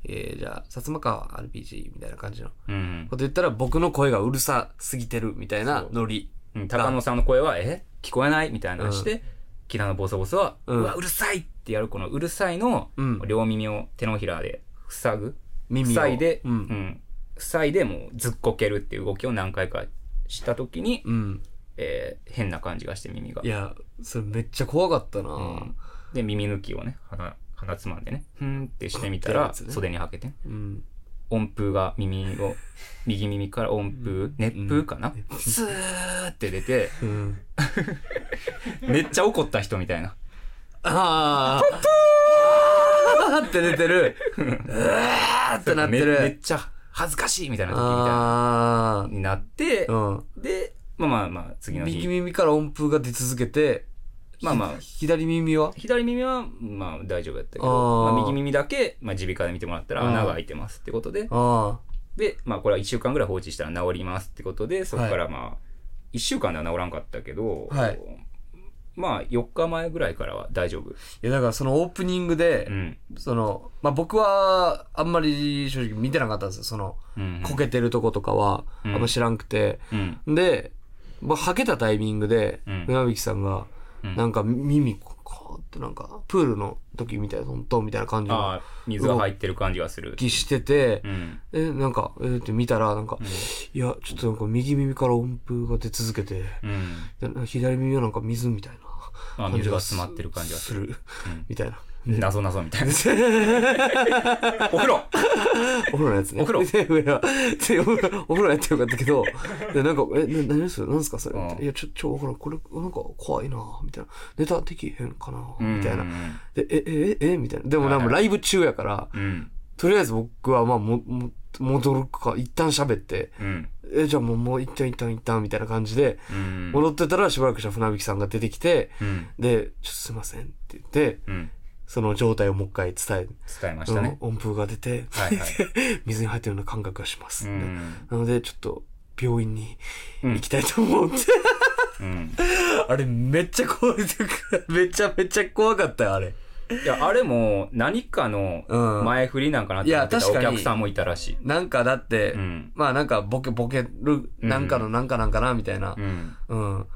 S2: えーじゃあ、薩摩川 RPG みたいな感じのこ
S1: うん。
S2: と言ったら、僕の声がうるさすぎてるみたいな
S1: そう
S2: ノリ。
S1: うん高野さんの声は、え聞こえないみたいな話して、木田のボソボソは、
S2: う
S1: うんわ、うるさいってやるこのうるさいの
S2: うん、
S1: 両耳を手のひらで塞ぐ。
S2: 耳を。
S1: 塞いで、
S2: う。
S1: うんん塞いでもうずっこけるっていう動きを何回かした時に、
S2: うん。
S1: えー変な感じがして耳が
S2: い。や、それめっちゃ怖かったな、
S1: うんで、耳抜きをね、鼻、鼻つまんでね、ふんってしてみた
S2: うん
S1: ら、
S2: ってやつね
S1: 袖にはけて、
S2: うん。
S1: 音符が耳 を、右耳から音符、熱風かな、スーって出て、
S2: うん。
S1: めっちゃ怒った人みたいな。
S2: あー。あーって出てる。うわーってなって
S1: めめっ
S2: る。
S1: ちゃ恥ずかしいみたいな時みたいな、
S2: あ
S1: になって、
S2: ー。うん。
S1: で、まあまあまあ、次の
S2: 右
S1: 日。
S2: 耳から音符が出続けて、
S1: まあまあ、
S2: 左耳は
S1: 左耳は、まあ大丈夫だったけ
S2: あ
S1: ど、
S2: ー
S1: まあ、右耳だけ、まあ耳鼻科で見てもらったら
S2: うん
S1: 穴が開いてますってことで、
S2: あ
S1: で、まあこれは1週間ぐらい放置したら治りますってことで、そこからまあ、1週間では治らんかったけど、
S2: はい
S1: まあ4日前ぐらいからは大丈夫
S2: いや、だからそのオープニングで
S1: う、ん
S2: その、まあ、僕は、あんまり正直見てなかったんですよ。その、
S1: うん
S2: こけてるとことかは、
S1: う
S2: あ
S1: んん
S2: ま知らんくて。
S1: うん
S2: で、まあ、はけたタイミングで
S1: うん、
S2: 船引さんが、
S1: うん
S2: なんか耳、こうってなんか、プールの時みたいな、トントンみたいな感じの
S1: ああ水が入ってる感じはする
S2: 気してて
S1: う、ん
S2: え、なんか、えーって見たら、なんか、いや、ちょっとなんか右耳から音符が出続けて、
S1: うん
S2: で左耳はなんか水みたいな。
S1: あ水が詰まってる感じがす
S2: る。
S1: ん
S2: みたいな。
S1: るなぞなぞみたいなお風呂
S2: お風呂のやつね。
S1: お風呂
S2: で上はでお風呂お風呂やってよかったけど、で、なんか、え、な何ですなんですかそれ、
S1: うん
S2: いや、ちょ、ちょ、わからん。これ、なんか怖いなみたいな。ネタできへんかなみたいな
S1: う。ん
S2: で、え、え、え、えみたいな。でも、
S1: はい
S2: なん
S1: はい
S2: かライブ中やから、
S1: うん
S2: とりあえず僕は、まあ、も、も、戻るか、一旦喋って、
S1: うん
S2: え、じゃあもう、もう一旦一旦一旦みたいな感じで、
S1: うん
S2: 戻ってたらしばらくしたら船引さんが出てきて、
S1: うん
S2: で、ちょっとすいませんって言って、
S1: うん
S2: その状態をもう一回伝
S1: 伝えま
S2: え、
S1: したね
S2: うん音符が出て、
S1: はいはい
S2: 水に入ってるような感覚がします。
S1: うん
S2: なので、ちょっと、病院に
S1: うん
S2: 行きたいと思って。
S1: うん
S2: あれ、めっちゃ怖い。めちゃめちゃ怖かったよ、あれ。
S1: いやあれも何かの
S2: うん
S1: 前振りなんかなって思って
S2: いや
S1: たお
S2: 確かに
S1: 客さんもいたらしい
S2: なんか、だって、
S1: うん
S2: まあ、なんか、ボケ、ボケる、なんかのなんかなんかな、みたいな
S1: う。ん
S2: うん。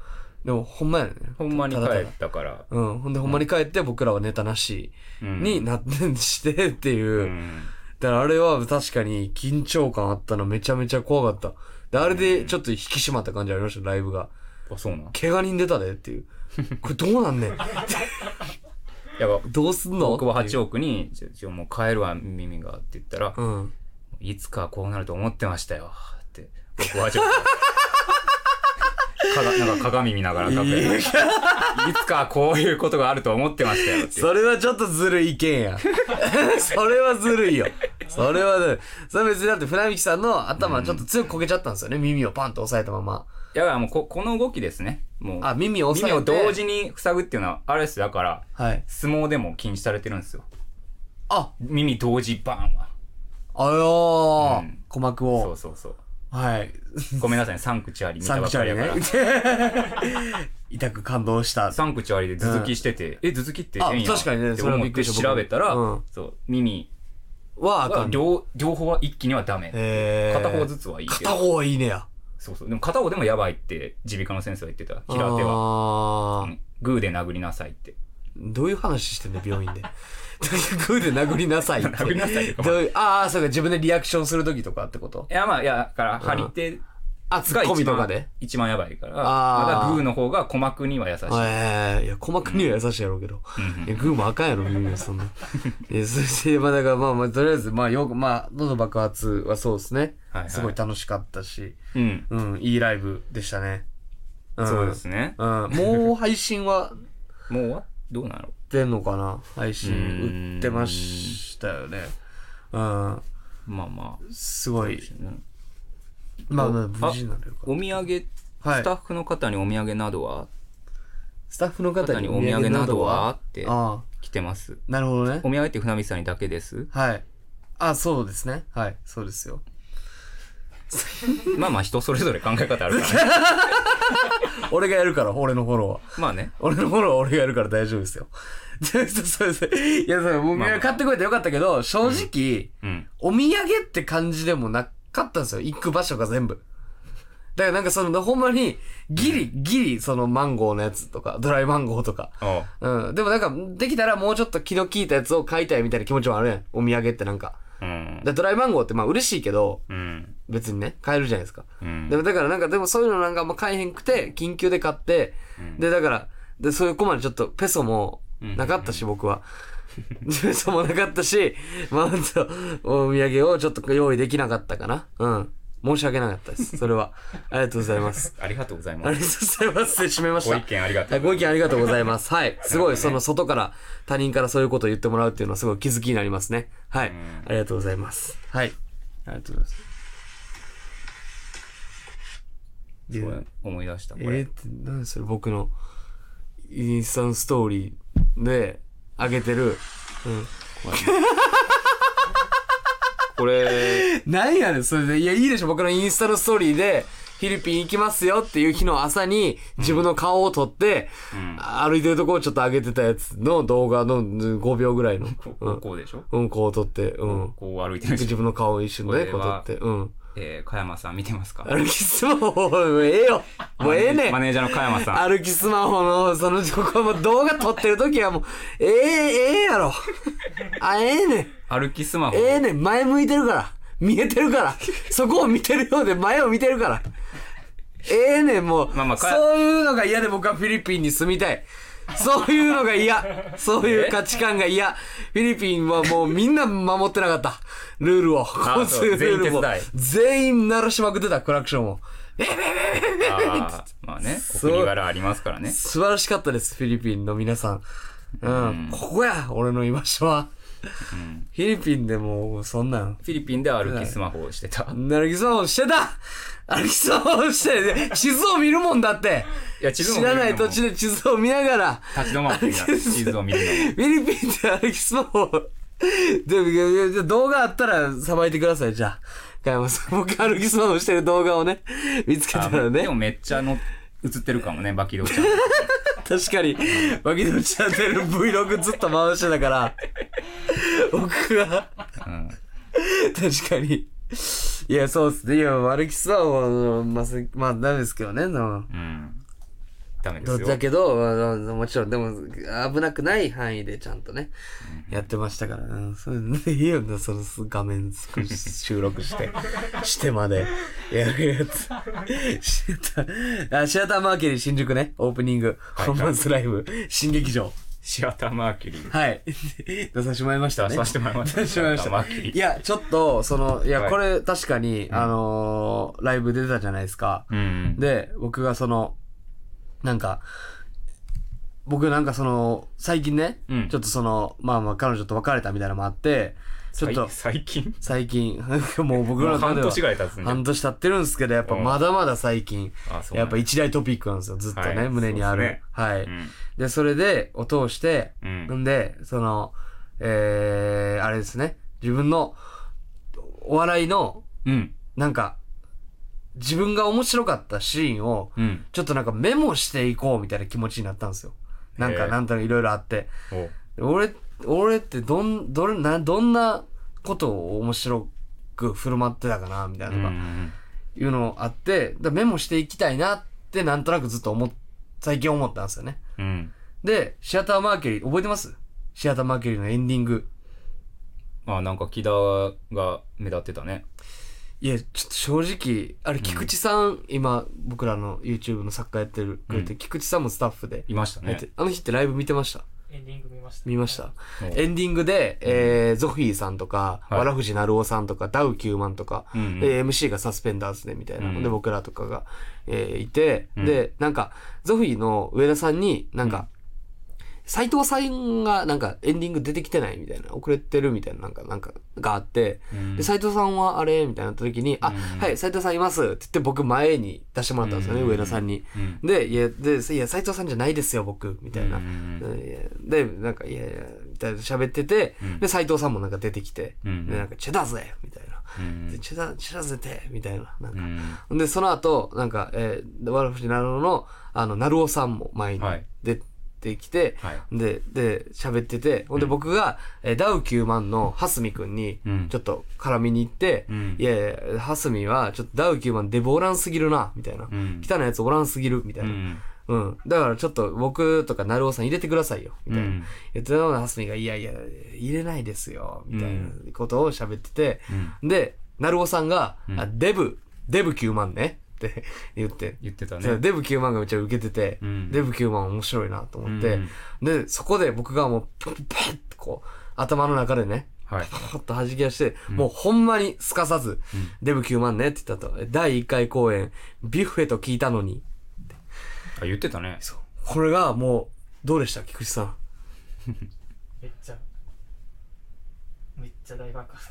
S2: でも、ほんまやね。
S1: ほんまに帰
S2: ただただ
S1: ったから
S2: うん。ほんで、ほんまに帰って、僕らはネタなし
S1: うん
S2: になってんしてっていうう。
S1: ん
S2: だからあれは確かに緊張感あったのめちゃめちゃ怖かった。で、あれでちょっと引き締まった感じありました、ライブが。
S1: あそうなん
S2: 怪我人出たでっ ていう。これどうなんねん
S1: やば
S2: どうすんの
S1: 僕は八
S2: 億。
S1: 億に、ちょちょもう帰るわ、耳がって言ったら、
S2: うん。
S1: いつかこうなると思ってましたよ。って、僕は八億。 かがなんか鏡見ながら楽屋でいつかこういうことがあると思ってましたよって。
S2: それはちょっとずるい意 見や。それはずるいよ。それはずるい。それは別にだって船引さんの頭ちょっと強くこけちゃったんですよね。耳をパンと押さえたまま。
S1: いや、もうここの動きですね。もう、
S2: あ、耳を押
S1: 耳
S2: さ
S1: を
S2: えて。
S1: 同。時に塞ぐっていうのは、あれです。だから、
S2: はい。
S1: 相撲でも禁止されてるんですよ。
S2: あ、
S1: 耳同時バーンは。
S2: あよー。
S1: うん
S2: 鼓膜
S1: そう
S2: を。
S1: そうそう。
S2: はい。
S1: ごめんなさいね、サンクチュアリ見
S2: サ
S1: た
S2: ン
S1: ば
S2: ク
S1: っ
S2: チ
S1: か
S2: ュア
S1: り
S2: リ
S1: やから。
S2: ね。 痛く感動した。
S1: サンクチュアリで頭突きしてて、え、頭突きって変やん
S2: あ確かに
S1: っ
S2: ね
S1: て
S2: それは
S1: 思
S2: び
S1: っ
S2: っく
S1: て
S2: りした
S1: 調べたら、
S2: 僕もうん
S1: そう、耳
S2: はあか
S1: は
S2: ん。
S1: 両、両方は一気にはダメ。
S2: えー
S1: 片方ずつはいいけ
S2: 片
S1: ど。
S2: 方はいいねや。
S1: そうそう。でも片方でもやばいって、耳鼻科の先生は言ってた。平手は。う
S2: は
S1: んグーで殴りなさいって。
S2: どういう話してんの病院で。グーで殴りなさいって。
S1: 殴りなさいとか
S2: どういうああ、そうか、自分でリアクションするときとかってこと
S1: いや、まあ、いや、だから、張り手
S2: あ、ツ
S1: が
S2: ッコ
S1: 一
S2: ミと
S1: 番
S2: かで。
S1: 一番やばいから、
S2: あー
S1: まだグーの方が鼓膜には優しい。
S2: ええいや、鼓膜には優しいやろうけど。
S1: うんうん
S2: いや、グーもあかんやろ、耳そん な。え、そして、まあ、だから、まあまあ、とりあえず、まあ、よく、まあ、喉爆発はそうですね。
S1: はいはい
S2: すごい楽しかったし、
S1: うん。
S2: うん、いいライブでしたね。ん
S1: そうですね。
S2: うん、もう配信は
S1: もう終わっ、どうなの
S2: 売ってんのかな配
S1: う
S2: 信
S1: ん
S2: 売ってましたよね。うん。
S1: まあまあ。
S2: すごい。
S1: うん
S2: まあまあ、無事になるよか
S1: お土産、
S2: はい
S1: スタッフの方にお土産などは
S2: スタッフの方
S1: 方に
S2: に
S1: お土産などはって
S2: ああ、
S1: 来てます。
S2: なるほどね
S1: お。土産って船道さんにだけです。
S2: はい。あそうですね。はい。そうですよ。
S1: まあまあ人それぞれ考え方あるから ね。
S2: 俺がやるから、俺のフォローは。
S1: まあね。
S2: 俺のフォローは俺がやるから大丈夫ですよ。 そうそうそう。いや、そう、お土産買ってこいてよかったけど、正直、
S1: うん。
S2: お土産って感じでもなかったんですよ。行く場所が全部。だからなんかその、ほんまに、ギリ、ギリ、そのマンゴーのやつとか、ドライマンゴーとか。
S1: おう
S2: うん。でもなんか、できたらもうちょっと気の利いたやつを買いたいみたいな気持ちもあるやん。お土産ってなんか。
S1: うん。
S2: でドライマンゴーってまあ嬉しいけど、
S1: うん。
S2: 別にね、買えるじゃないですか。
S1: うん
S2: でもだからなんか、でもそういうのなんかあんま買えへんくて、緊急で買って、で、だから、で、そういう子までちょっとペソもなかったし、僕は。ペソもなかったし、まあ、そうお土産をちょっと用意できなかったかな。うん。申し訳なかったです。それは。ありがとうございます。
S1: ありがとうござい
S2: あ
S1: ま
S2: り
S1: す。
S2: がとうございます。締めまし
S1: ご
S2: た
S1: 意。見ありがと
S2: は
S1: う
S2: い
S1: ござ
S2: ご
S1: い
S2: 意
S1: ま
S2: 見ありがとうございます。はい。 すごい、その外から、他人からそういうことを言ってもらうっていうのはすごい気づきになりますね。はい
S1: ん。
S2: ありがとうございます。はい。ありがとうございます。
S1: す。ごい思い出した、こ
S2: え
S1: れ。
S2: ー、って、何それ僕のインスタントストーリーで上げてる。うん。
S1: これ、
S2: なんやねん、それで。いや、いいでしょ、僕のインスタのストーリーで、フィリピン行きますよっていう日の朝に、自分の顔を撮って、歩いてるとこをちょっと上げてたやつの動画のうん5秒ぐらいの。
S1: こ
S2: う
S1: こ
S2: ん
S1: うこうでしょ
S2: うん、こう撮って、うん。
S1: こう歩いてるんです
S2: 自分の顔を一瞬ね、
S1: こ
S2: こ
S1: れ
S2: う撮
S1: は
S2: って、うん。
S1: えー、加山さん見てますか
S2: 歩きスマホ、もうええよもうええねん
S1: マネージャーの加山さん。
S2: 歩きスマホの、その、ここはもう動画撮ってる時はもう、ええええやろ。あ、ええねん。
S1: 歩きスマホ。
S2: ええねん、前向いてるから。見えてるから。そこを見てるようで前を見てるから。ええねん、もう。
S1: まあまあか
S2: そういうのが嫌で僕はフィリピンに住みたい。そういうのが嫌。そういう価値観が嫌。フィリピンはもうみんな守ってなかった。ルールを。交
S1: そう
S2: 通ルールも
S1: 全員手。
S2: 全員鳴らしまくってた、クラクションを。
S1: あーまあね、お
S2: そう
S1: 国柄ありますからね。
S2: 素晴らしかったです、フィリピンの皆さん。うん、ここや、俺の居場所は。フィリピンでもう、そんなん。
S1: フィリピンでは歩きスマホをしてた。
S2: 歩きスマホしてた 歩きスマホして、ね、地図を見るもんだって
S1: いや地図を
S2: 知
S1: 見る
S2: ら
S1: のも
S2: ない土地で地図を見ながら、
S1: 立ち止まってみた。地図を見るの も。
S2: フィリピンで歩きスマホを でいやいや、じゃあ動画あったらさばいてください、じゃあ。加山さん、僕歩きスマホしてる動画をね、見つけた
S1: あ
S2: ら
S1: で
S2: ね
S1: も。めっちゃの映ってるかもね、バキドウちゃん。
S2: 確かに、バキドチャンネル Vlog ずっと回してたから、 僕は、
S1: うん
S2: 確かに。いや、そうっすね。いや、歩きスマホは、まあ、せまあ、ダメですけどね。その
S1: うん。ダメで
S2: ど
S1: す
S2: だ
S1: よ。
S2: けど、あのもちろん、でも、危なくない範囲でちゃんとね、やってましたから、うん、そういうのいいよな、その画面す く収録して、してまで、やるやつ。シアター、あ、シアターマーキュリー新宿ね、オープニング、ホンマンスライブ、新劇場。
S1: シアターマーキュリー。
S2: はい。出させてもらいましたね。
S1: 出させてもらいました
S2: 出させてもらいま
S1: マーキ
S2: し
S1: リ
S2: た。いや、ちょっと、その、い
S1: は
S2: や、
S1: い
S2: これ確かに、あのーライブ出てたじゃないですか。
S1: うん。
S2: で、僕がその、なんか、僕なんかその、最近ね、
S1: うん
S2: ちょっとその、まあまあ彼女と別れたみたいなのもあって、ちょっと、
S1: 最最近
S2: 最近、 もう僕
S1: も
S2: ら
S1: う
S2: の中
S1: 半
S2: では
S1: 年ぐらい経つんだ
S2: 半年経ってるんですけど、やっぱ
S1: うん
S2: まだまだ最近、
S1: あそうなんだ
S2: やっぱ一大トピックなんですよ、ずっとね、
S1: はい
S2: 胸にあ
S1: そうですね
S2: る。はい、
S1: うん
S2: で、それで、を通して、
S1: うん
S2: んで、その、えー、あれですね、自分の、お笑いの、
S1: うん
S2: なんか、自分が面白かったシーンを、
S1: うん
S2: ちょっとなんかメモしていこうみたいな気持ちになったんですよ。なん
S1: へ
S2: か、
S1: え
S2: なんとなくいろいろあって。
S1: おう
S2: 俺、俺ってどん、どれ、な、どんなことを面白く振る舞ってたかな、みたいな
S1: うん
S2: と
S1: う
S2: か、
S1: ん
S2: いうのあって、だからメモしていきたいなってなんとなくずっと思っ、最近思ったんですよね。
S1: うん
S2: で、シアターマーキュリー、覚えてますシアターマーキュリーのエンディング。
S1: まあなんか木田が目立ってたね
S2: いや、ちょっと正直、あれ、菊池さん、今、僕らの YouTube の作家やってる、くれて、菊池さんもスタッフで、
S1: いました
S2: やっ
S1: ね
S2: てあの日ってライブ見てました
S3: エンディング見ました。
S2: 見ました。
S1: うん
S2: エンディングで、えー、ゾフィーさんとか、
S1: はい
S2: わらふじなるおさんとか、ダウ9万とか、
S1: うんうん
S2: で、MC がサスペンダーズでみたいな。
S1: うん
S2: で、僕らとかが、えーいて、
S1: うん
S2: で、なんか、ゾフィーの上田さんに、なんか、斎藤さんが、なんか、エンディング出てきてないみたいな、遅れてるみたいな、なんか、なんか、があって、
S1: うん
S2: で、斎藤さんはあれみたいになった時に、あ、
S1: うん
S2: はい、斎藤さんいますって言って、僕前に出してもらったんですよね、
S1: うん
S2: 上田さんに。
S1: うん
S2: で、いや、で、いや、斎藤さんじゃないですよ、僕、みたいな。
S1: うんうんうん
S2: いやで、なんか、いやいや、みたいな喋ってて、
S1: うん
S2: で、斎藤さんもなんか出てきて、
S1: うん
S2: で、なんか、チェダーぜみたいな。
S1: うん
S2: で、チェダー、チェダーぜてみたいな。なん
S1: う
S2: か、
S1: ん
S2: で、その後、なんか、えー、わらふじなるおの、あの、なるおさんも前に
S1: はい
S2: 出てきて、
S1: はい
S2: で、で、喋ってて、ほんで僕が、えーダウ9万のハスミくんに
S1: うん、
S2: ちょっと絡みに行って、
S1: うん
S2: いやいや、ハスミは、ちょっとダウ9万デブおらんすぎるな、みたいな。
S1: ん
S2: 汚いやつおらんすぎる、みた
S1: う
S2: いな。
S1: ん
S2: うん。だからちょっと僕とかなるおさん入れてくださいよ。みたいな。
S1: うん
S2: 言ってたのが、ハスミが、いやいや、入れないですよ。みたいなことを喋ってて。で、なるおさんが、あデブ、デブ9万ね。って言って。
S1: 言ってた
S2: そう
S1: ね
S2: デブ9万がめっちゃ受けてて、
S1: うん
S2: デブ9万面白いなと思って、で、そこで僕がもう、パッパッってこう、頭の中でね、
S1: はい
S2: パッと弾き出して、もうほんまにすかさず、デブ9万ねって言ったと、第1回公演、ビュッフェと聞いたのに、
S1: あ言ってたね
S2: そう。これがもう、どうでした菊池さん。
S3: めっちゃ、めっちゃ大爆発。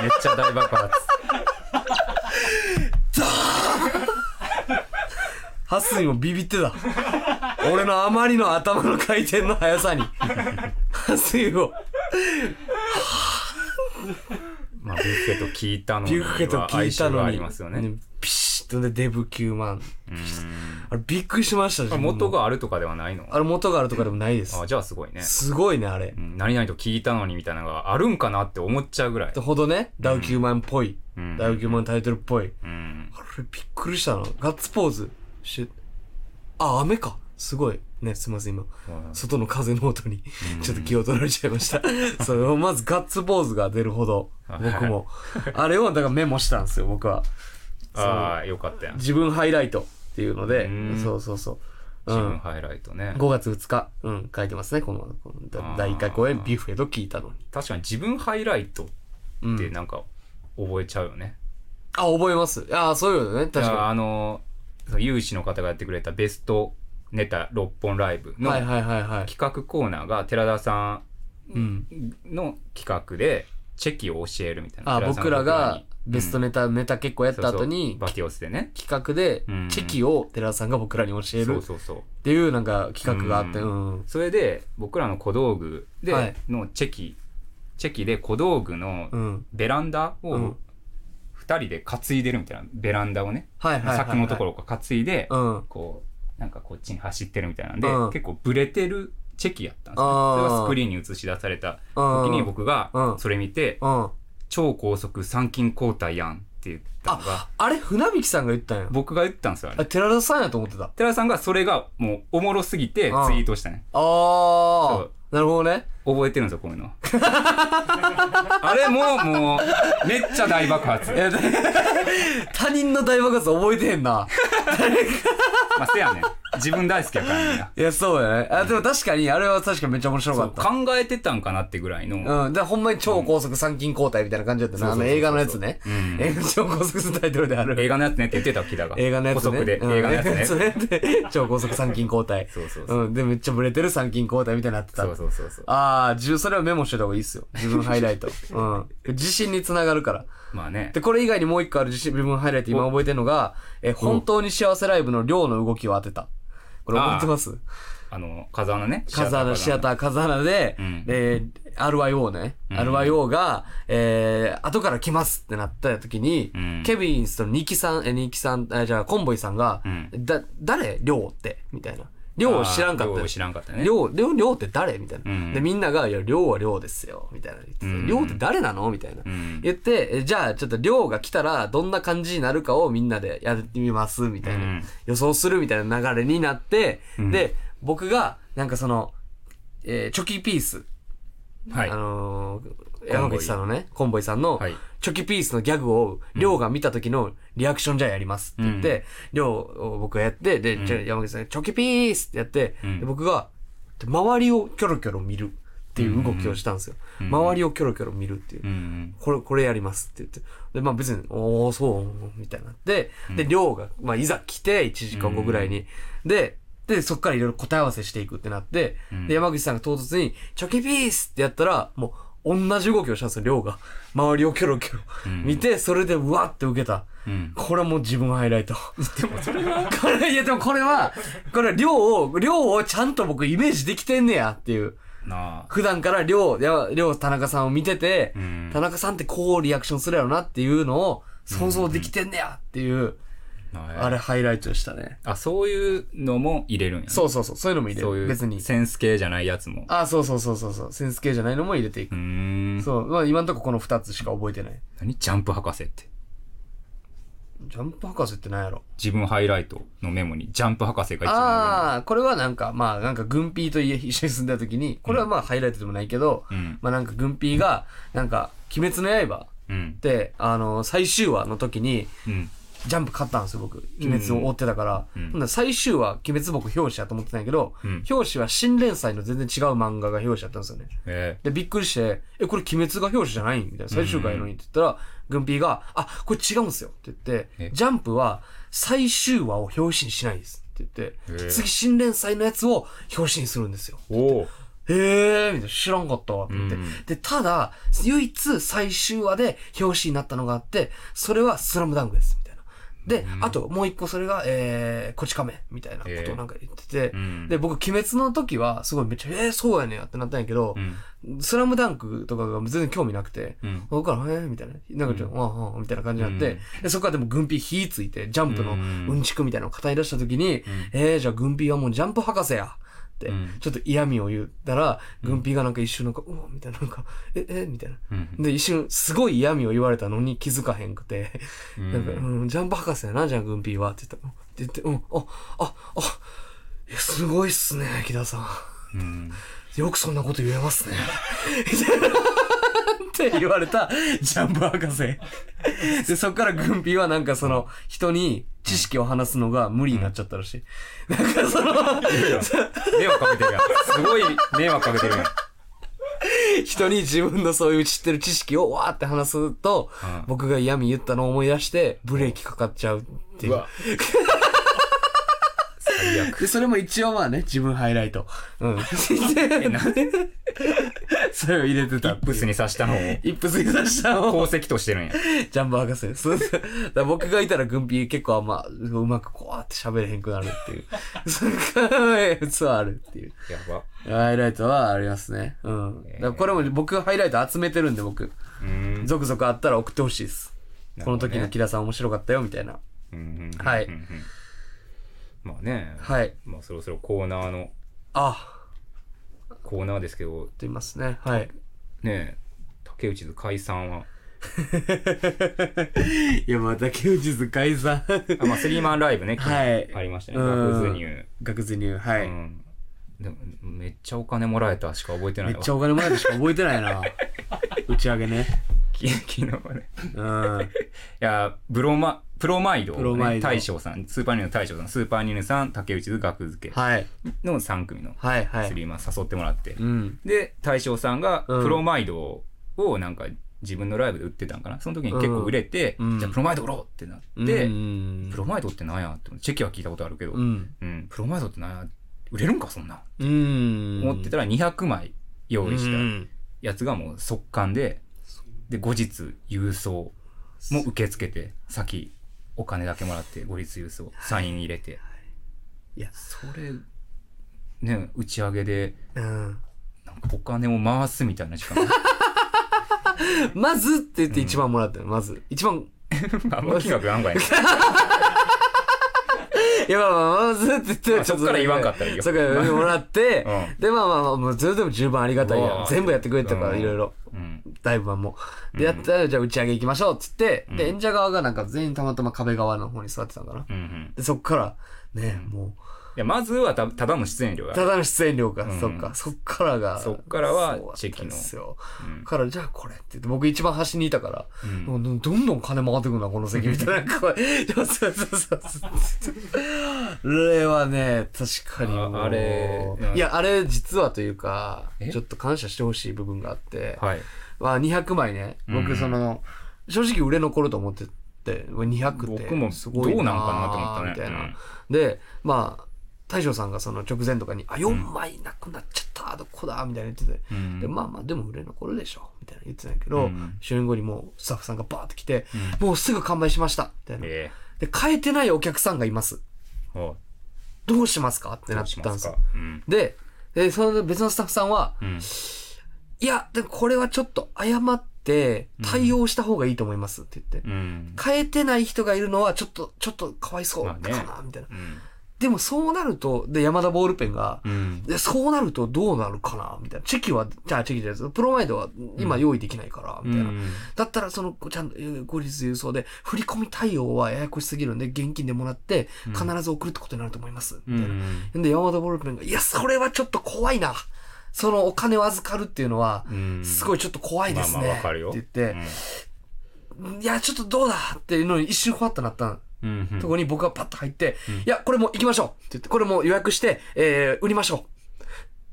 S1: めっちゃ大爆発
S2: ハスミもビビって た。俺のあまりの頭の回転の速さに。ハスミを。は
S1: ュッ
S2: ぁ
S1: フェと聞いたのに
S2: ビュッフェと聞いた
S1: は哀愁が
S2: の
S1: あ
S2: に、
S1: りますよね。
S2: ピシッとでデブ9万。
S1: うん
S2: あれびっくりしました、自分も
S1: 元。があるとかではないの
S2: あれ元があるとかでもないです
S1: あ。じゃあすごいね、
S2: すごいね、あれ
S1: う。ん何々と聞いたのにみたいなのがあるんかなって思っちゃうぐらい、
S2: ほどね、ダウ9万っぽい。
S1: うん
S2: ダウ9万タイトルっぽい。
S1: うん
S2: あれびっくりしたな。ガッツポーズ。しあ、雨か。すごい。ね、すいません、今。外の風の音にちょっと気を取られちゃいま した。それをまずガッツポーズが出るほど、僕も。あれをだからメモしたんですよ、僕は。
S1: ああよかったやん
S2: 自分ハイライトっていうので
S1: うん、
S2: そうそうそう。う
S1: 自分
S2: ん、
S1: ハイライトね、
S2: 5月2日、うん、書いてますね、この、この
S1: あー
S2: だ第1回公演、ビュッフェと聞いたのに。
S1: 確かに自分ハイライト
S2: う
S1: って
S2: ん、
S1: なんか覚えちゃうよね、
S2: あ、覚えます。ああ、そういうのね、
S1: だ
S2: 確
S1: から
S2: か
S1: あのその有志の方がやってくれたベストネタ6本ライブ
S2: に。
S1: の
S2: はい
S1: 企
S2: はいはいはい。
S1: 画コーナーが寺田さ
S2: うん。
S1: んの企画でチェキを教えるみたいな
S2: あ、
S1: 寺田さん
S2: 僕らがベスト
S1: ネ
S2: ネタ、ネタ結構やった後に、
S1: バティオスでね
S2: 企画で
S1: うん、
S2: チェキを寺田さんが僕らに教え
S1: そ
S2: る
S1: うそうそう
S2: っていうなんか企画があって、
S1: う
S2: うん。
S1: それで僕らの小道具で
S2: はい
S1: のチェキ、チェキで小道具の
S2: うん。
S1: ベランダ
S2: う
S1: を
S2: ん
S1: 2人で担いでるみたいなベランダをね
S2: はいはいはい。
S1: 柵のところを担いで
S2: ろ。うん。
S1: こうなんかこっちに走ってるみたいなんで
S2: うん
S1: 結構ブレてるチェキやったんですね
S2: あー
S1: それがスクリーンに映し出された
S2: うん。
S1: 時に僕
S2: う
S1: が
S2: ん
S1: それ見て
S2: うん。
S1: 「超高速参勤交代やん」って言ったのが
S2: あ、あれ、船引さんが言ったんや。
S1: 僕が言ったんですよあ
S2: あ、
S1: れ
S2: 寺田さんやと思ってた。
S1: 寺田さんがそれがもうおもろすぎてツイートしたね
S2: あ
S1: う
S2: あ、なるほどね。
S1: 覚えてるんですよこういうの あれももうめっちゃ大爆発
S2: いや、だ他人の大爆発覚えてへんな。
S1: まあせやねん自分大好きやからみんない
S2: や、そうやね。あ、でも確かに、あれは確かめっちゃ面白か
S1: そう
S2: っ
S1: 考えてたんかなってぐらいの、
S2: た。うん。で、ほんまに超高速参勤交代みたいな感じだった
S1: そうそ
S2: な。あ
S1: うそう
S2: の映画のやつね。
S1: うん
S2: 映画超高速タイトルである。
S1: 映画のやつねって言ってた木田が
S2: 映画のや
S1: 補
S2: つね。
S1: 足で、
S2: うん
S1: 映画のやつね
S2: 映画のやつね超高速参勤交代。
S1: そうそうそう、
S2: うん。で、めっちゃブレてる参勤交代みたいになってた
S1: そ。うそうそうそう
S2: ああ、自分それはメモしてた方がいいっすよ。自分ハイライト。うん。自信につながるから。
S1: まあね
S2: で、これ以外にもう一個ある自信、自分ハイライト今覚えてるのが、え、本当に幸せライブの量の動きを当てた。これ覚えてます
S1: あの風穴ね
S2: カザーナ、シア
S1: ー
S2: ターカザーナで、
S1: うん
S2: えー RYO ね、
S1: ん
S2: RYO が、えー後から来ますってなった時に、
S1: うん
S2: ケビンスとニキさん、え、ニキさん、えじゃあ、コンボイさんが、
S1: うん
S2: だ、誰りょうって、みたいな。りょう知らんかった
S1: あー
S2: よ
S1: 量を知らんかったね
S2: りょう、りょう、りょうって誰みたいな。
S1: うん
S2: で、みんなが、いや、りょうはりょうですよ、みたいな言ってて。
S1: うん
S2: りょうって誰なのみたいな。
S1: うん
S2: 言って、えじゃあ、ちょっとりょうが来たら、どんな感じになるかをみんなでやってみます、みたいな。
S1: うん
S2: 予想するみたいな流れになって、で、僕が、なんかその、えーチョキピース、
S1: はい
S2: あのー、
S1: イ
S2: 山口さんのね、コンボイさんの
S1: はい、
S2: チョキピースのギャグを、りょうが見た時のリアクションじゃあやりますって言って、りょうを僕がやって、で、じゃあ山口さんが、チョキピースってやって、
S1: うん
S2: で僕が、で周りをキョロキョロ見るっていう動きをしたんですよ。周りをキョロキョロ見るっていう
S1: う。ん
S2: これ、これやりますって言って。で、まあ別に、おー、そう、みたいになって、で、量が、まあいざ来て、1時間後ぐらいに。で、で、そっからいろいろ答え合わせしていくってなって、
S1: ん
S2: で、山口さんが唐突に、チョキピースってやったら、もう、同じ動きをしたんですよ、量が。周りをキョロキョロ。
S1: ん
S2: 見て、それで、うわって受けた。
S1: うん
S2: これはもう自分ハイライト。でもそれは これ、いやでもこれは、これは量を、量をちゃんと僕イメージできてんねやっていう。
S1: なあ
S2: 普段から量、や量田中さんを見てて、
S1: うん
S2: 田中さんってこうリアクションするやろなっていうのを想像できてんねやっていう、
S1: な
S2: あれハイライトでしたね。
S1: あそういうのも入れるんや、ね、
S2: そうそうそう、そういうのも入れ
S1: そうい
S2: る。
S1: う
S2: 別に。
S1: センス系じゃないやつも
S2: あ、そうそうそうそうそう、センス系じゃないのも入れていうく。
S1: ーん
S2: そう、まあ今んとここの二つしか覚えてない。
S1: 何ジャンプ博士って
S2: ジャンプ博士ってなんやろ
S1: 自分ハイライトのメモにジャンプ博士が一番
S2: ああ、これはなんか、まあなんか軍ピーと一緒に住んだ時に、これはまあハイライトでもないけど、
S1: 上にうん
S2: まあなんか軍ピーが、なんか、鬼滅の刃
S1: うん
S2: って、あの、最終話の時に、
S1: うん
S2: ジャンプ買ったんですよ、僕。鬼滅を追ってたから。
S1: うんうん
S2: ほんなら最終話、鬼滅僕表紙やと思ってたんやけど、
S1: うん
S2: 表紙は新連載の全然違う漫画が表紙やったんですよね。
S1: え
S2: で、びっくりして、え、これ鬼滅が表紙じゃないみたいな。最終回やのにって言ったら、軍ピーが、あ、これ違うんですよって言っ
S1: え
S2: て、ジャンプは最終話を表紙にしないですって言っ
S1: へえ
S2: て、次新連載のやつを表紙にするんですよ。
S1: ー、おお
S2: へえー、みたいな、知らんかったわ、って言って、
S1: うん
S2: で、ただ、唯一最終話で表紙になったのがあって、それはスラムダンクです、みたいな。で、あともう一個それが、えー、こち亀みたいなことをなんか言ってて、
S1: うん
S2: で、僕、鬼滅の時は、すごいめっちゃ、えー、そうやねんやってなったんやけど
S1: う、ん
S2: スラムダンクとかが全然興味なくて、
S1: うん
S2: 僕から、えー、みたいな、なんかちょっと、ああああみたいな感じになって、
S1: うん
S2: でそこからでも軍備火ついて、ジャンプの
S1: うん
S2: うんちくみたいなのを語り出した時に、えー、じゃあ軍備はもうジャンプ博士やって
S1: うん、
S2: ちょっと嫌味を言ったら、軍備がなんか一瞬なんか、うわ、みたいな、なんか、え、え、みたいな。
S1: うん
S2: で、一瞬、すごい嫌味を言われたのに気づかへんくて、
S1: うん
S2: なんか、うん、ジャンプ博士やな、じゃあ、軍備は、って言ったの。って言って、うん、あ、あ、あ、いやすごいっすね、木田さ
S1: う
S2: ん。
S1: ん
S2: よくそんなこと言えますね。って言われたジャンプ博士。で、そっから軍備はなんかその人に知識を話すのが無理になっちゃったらしい。なんかその
S1: 迷惑かけてるやん。すごい迷惑かけてるやん。
S2: 人に自分のそういう知ってる知識をわーって話すと、
S1: うん
S2: 僕が闇言ったのを思い出してブレーキかかっちゃうっていう。
S1: 最悪。
S2: で、それも一応まあね、自分ハイライト。 うん。 それを入れてたっていう。
S1: ブスに刺したのを
S2: イップスに刺したのを
S1: 功績としてるんや。
S2: ジャンボ博士です。だから僕がいたら軍備結構あんまうまくこうやって喋れへんくなるって いう。すごい普通はあるっていう。
S1: やば。
S2: ハイライトはありますね。うん。だからこれも僕ハイライト集めてるんで僕。
S1: うーん。
S2: 続々あったら送ってほしいです。
S1: なるほ
S2: この
S1: どね
S2: 時のキラさん面白かったよみたいな。
S1: うんうん
S2: はい
S1: うんうんまあね。
S2: はい。
S1: まあそろそろコーナーの、
S2: あ、
S1: コーナーですけど、
S2: と言いますね。はい。
S1: ねえ、竹内図解散は。
S2: いや、まあ、竹内図解散。
S1: あ、まあスリーマンライブね、昨日
S2: はい
S1: ありましたね。
S2: うん
S1: 学図入。
S2: 学図入、は
S1: う
S2: い。
S1: ん。でも、めっちゃお金もらえたしか覚えてな
S2: め
S1: い
S2: っ
S1: わ。
S2: ちゃお金もらえたしか覚えてないな。打ち上げね。
S1: き昨日はね。
S2: うん。
S1: いや、ブロマ、プロマイドをね、
S2: プロマイド
S1: 大将さん、スーパーニューの大将さん、スーパーニューさん、竹内図学付け
S2: はい。
S1: の3組の
S2: はい、は
S1: ス
S2: い。
S1: リーマン誘ってもらって。
S2: うん。
S1: で、大将さんが、
S2: うん
S1: プロマイドをなんか自分のライブで売ってたんかな。その時に結構売れて、
S2: うん
S1: じゃあプロマイド売ろうってなって、
S2: で、うん
S1: プロマイドってなんやって思ってチェキは聞いたことあるけど、う、
S2: うんん。
S1: プロマイドってなんや売れるんかそんな。
S2: うん
S1: 思ってたら200枚用意し
S2: う
S1: た
S2: ん
S1: やつがもう速乾で、で、後日郵送も受け付けて、先お金だけもらって、後日郵送、サイン入れて。
S2: いや
S1: それ、ね、打ち上げで、
S2: うん
S1: なんかお金を回すみたいな時間。
S2: まずって言って一番もらったの、まず。一番、
S1: あんま金額何倍やねん
S2: いや、まあまあ、まずって言って、
S1: まあそっから言わんかったらいいよ
S2: そっからもらって、
S1: う
S2: で、まあまあまあ、もうそれでも十分ありがたいうや
S1: わ
S2: ん。全部やってくれてたか
S1: う
S2: ら、
S1: ん
S2: いろいろ。
S1: うん。
S2: だいぶはもう。で、やったら、じゃあ打ち上げ行きましょうっつって、で、
S1: うん
S2: 演者側がなんか全員たまたま壁側の方に座ってたんかな。
S1: うんうん。
S2: で、そっから、ね、も
S1: いや、まずはたただの出演料
S2: う、
S1: や。
S2: ただの出演料か、
S1: うん
S2: そっか、そっからが。
S1: そっからは
S2: そうだったんですよ。
S1: うん
S2: から、じゃあこれって言って、僕一番端にいたから、
S1: うん
S2: どんどんどん金回ってくるな、この席みたい な。これ、そうそうそうそう。あれはね、確かにもう
S1: ああれ
S2: いや、あれ実はというか
S1: え、
S2: ちょっと感謝してほしい部分があって、
S1: はい。
S2: まあ200枚ね、
S1: うん
S2: 僕その、正直売れ残ると思ってて、200って。
S1: 僕も
S2: すごい
S1: どうなんかなと思ったね
S2: みたいな。
S1: うん
S2: で、まあ、大将さんがその直前とかに、あ、4枚なくなっちゃった、どこだみたいな言ってて、
S1: うん
S2: でまあまあでも売れ残るでしょみたいな言ってたんやけど、
S1: うん
S2: 終演後にもうスタッフさんがバーって来て、もうすぐ完売しましたみたいな、
S1: え
S2: で買えてないお客さんがいます
S1: えお
S2: どうしますかって
S1: ど
S2: な
S1: う
S2: っ
S1: したま
S2: んですす
S1: か
S2: よ
S1: うん。
S2: ででその別のスタッフさんは、
S1: うん。
S2: いやでもこれはちょっと謝って対応した方がいいと思いますって言って、
S1: うん。
S2: 買えてない人がいるのはちょっとちょっとかわいそうかな、
S1: ま
S2: みたいな
S1: うん
S2: でもそうなるとで山田ボールペンが、
S1: うん。
S2: で、そうなるとどうなるかなみたいな。チェキは、じゃあチェキじゃないです。プロマイドは今用意できないから、みたいな。
S1: うん
S2: だったら、その、こうちゃんと、えー後日郵送で、振り込み対応はややこしすぎるんで、現金でもらって、必ず送るってことになると思います。
S1: う
S2: みたいな。
S1: ん
S2: んで、山田ボールペンが、いや、それはちょっと怖いな。そのお金を預かるっていうのは
S1: う、ん。
S2: すごいちょっと怖いで
S1: まあ
S2: す
S1: まあ
S2: ね。
S1: わかるよ。
S2: って言って、いや、ちょっとどうだっていうのに一瞬ふわっとなったの
S1: うん。うんうん
S2: とこに僕がパッと入って、いや、これもう行きましょうって言って、これもう予約して、えー、売りましょうっ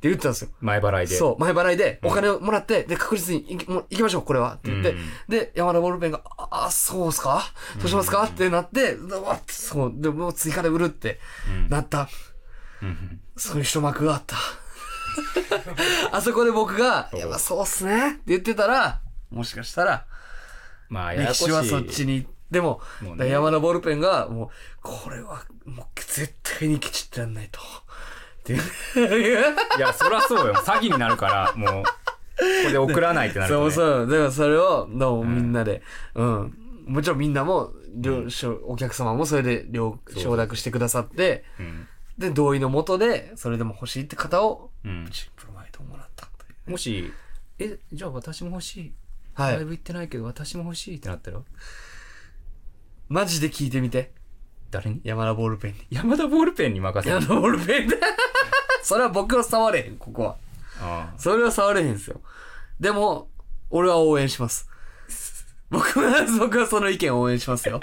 S2: て言ってたんですよ。
S1: 前払いで。
S2: そう、前払いでお金をもらって、で、確実に行きもう行きましょう、これはって言って、
S1: うん
S2: で、山田ボールペンが、あ、あそうっすかそうしますか、ってなって、うわそう、でもう追加で売るって
S1: うん
S2: なった。
S1: うんうん。
S2: そういう一幕があ った。あそこで僕が、
S1: おう
S2: いや、まあそうっすねって言ってたら、もしかしたら、
S1: まあ、やや
S2: 歴
S1: こしい。
S2: 史はそっちにでも、
S1: もうね
S2: 山田ボールペンが、もう、これは、もう、絶対にきちってらんないと。っていう。
S1: いや、そらそうよ。詐欺になるから、もう、これで送らないってなる
S2: そ
S1: と、
S2: う
S1: ね。
S2: そう。だからそれを、どうもみんなで、うん、もちろんみんなも、了承、お客様もそれで了
S1: そう
S2: 承諾してくださって、
S1: うん
S2: で、同意のもとで、それでも欲しいって方を、
S1: うん
S2: シンプルマイトをもらったという。
S1: もし、え、じゃあ私も欲しい。
S2: は
S1: ライ
S2: い。
S1: ブ行ってないけど私も欲しいってなったら、
S2: マジで聞いてみて。
S1: 誰に
S2: 山田ボールペンに。
S1: 山田ボールペンに任せ
S2: 山
S1: る。
S2: 田ボールペンで。 それは僕は触れへん、ここは。
S1: ああ
S2: それは触れへんですよ。でも、俺は応援します。僕は、 僕はその意見を応援し ますよ。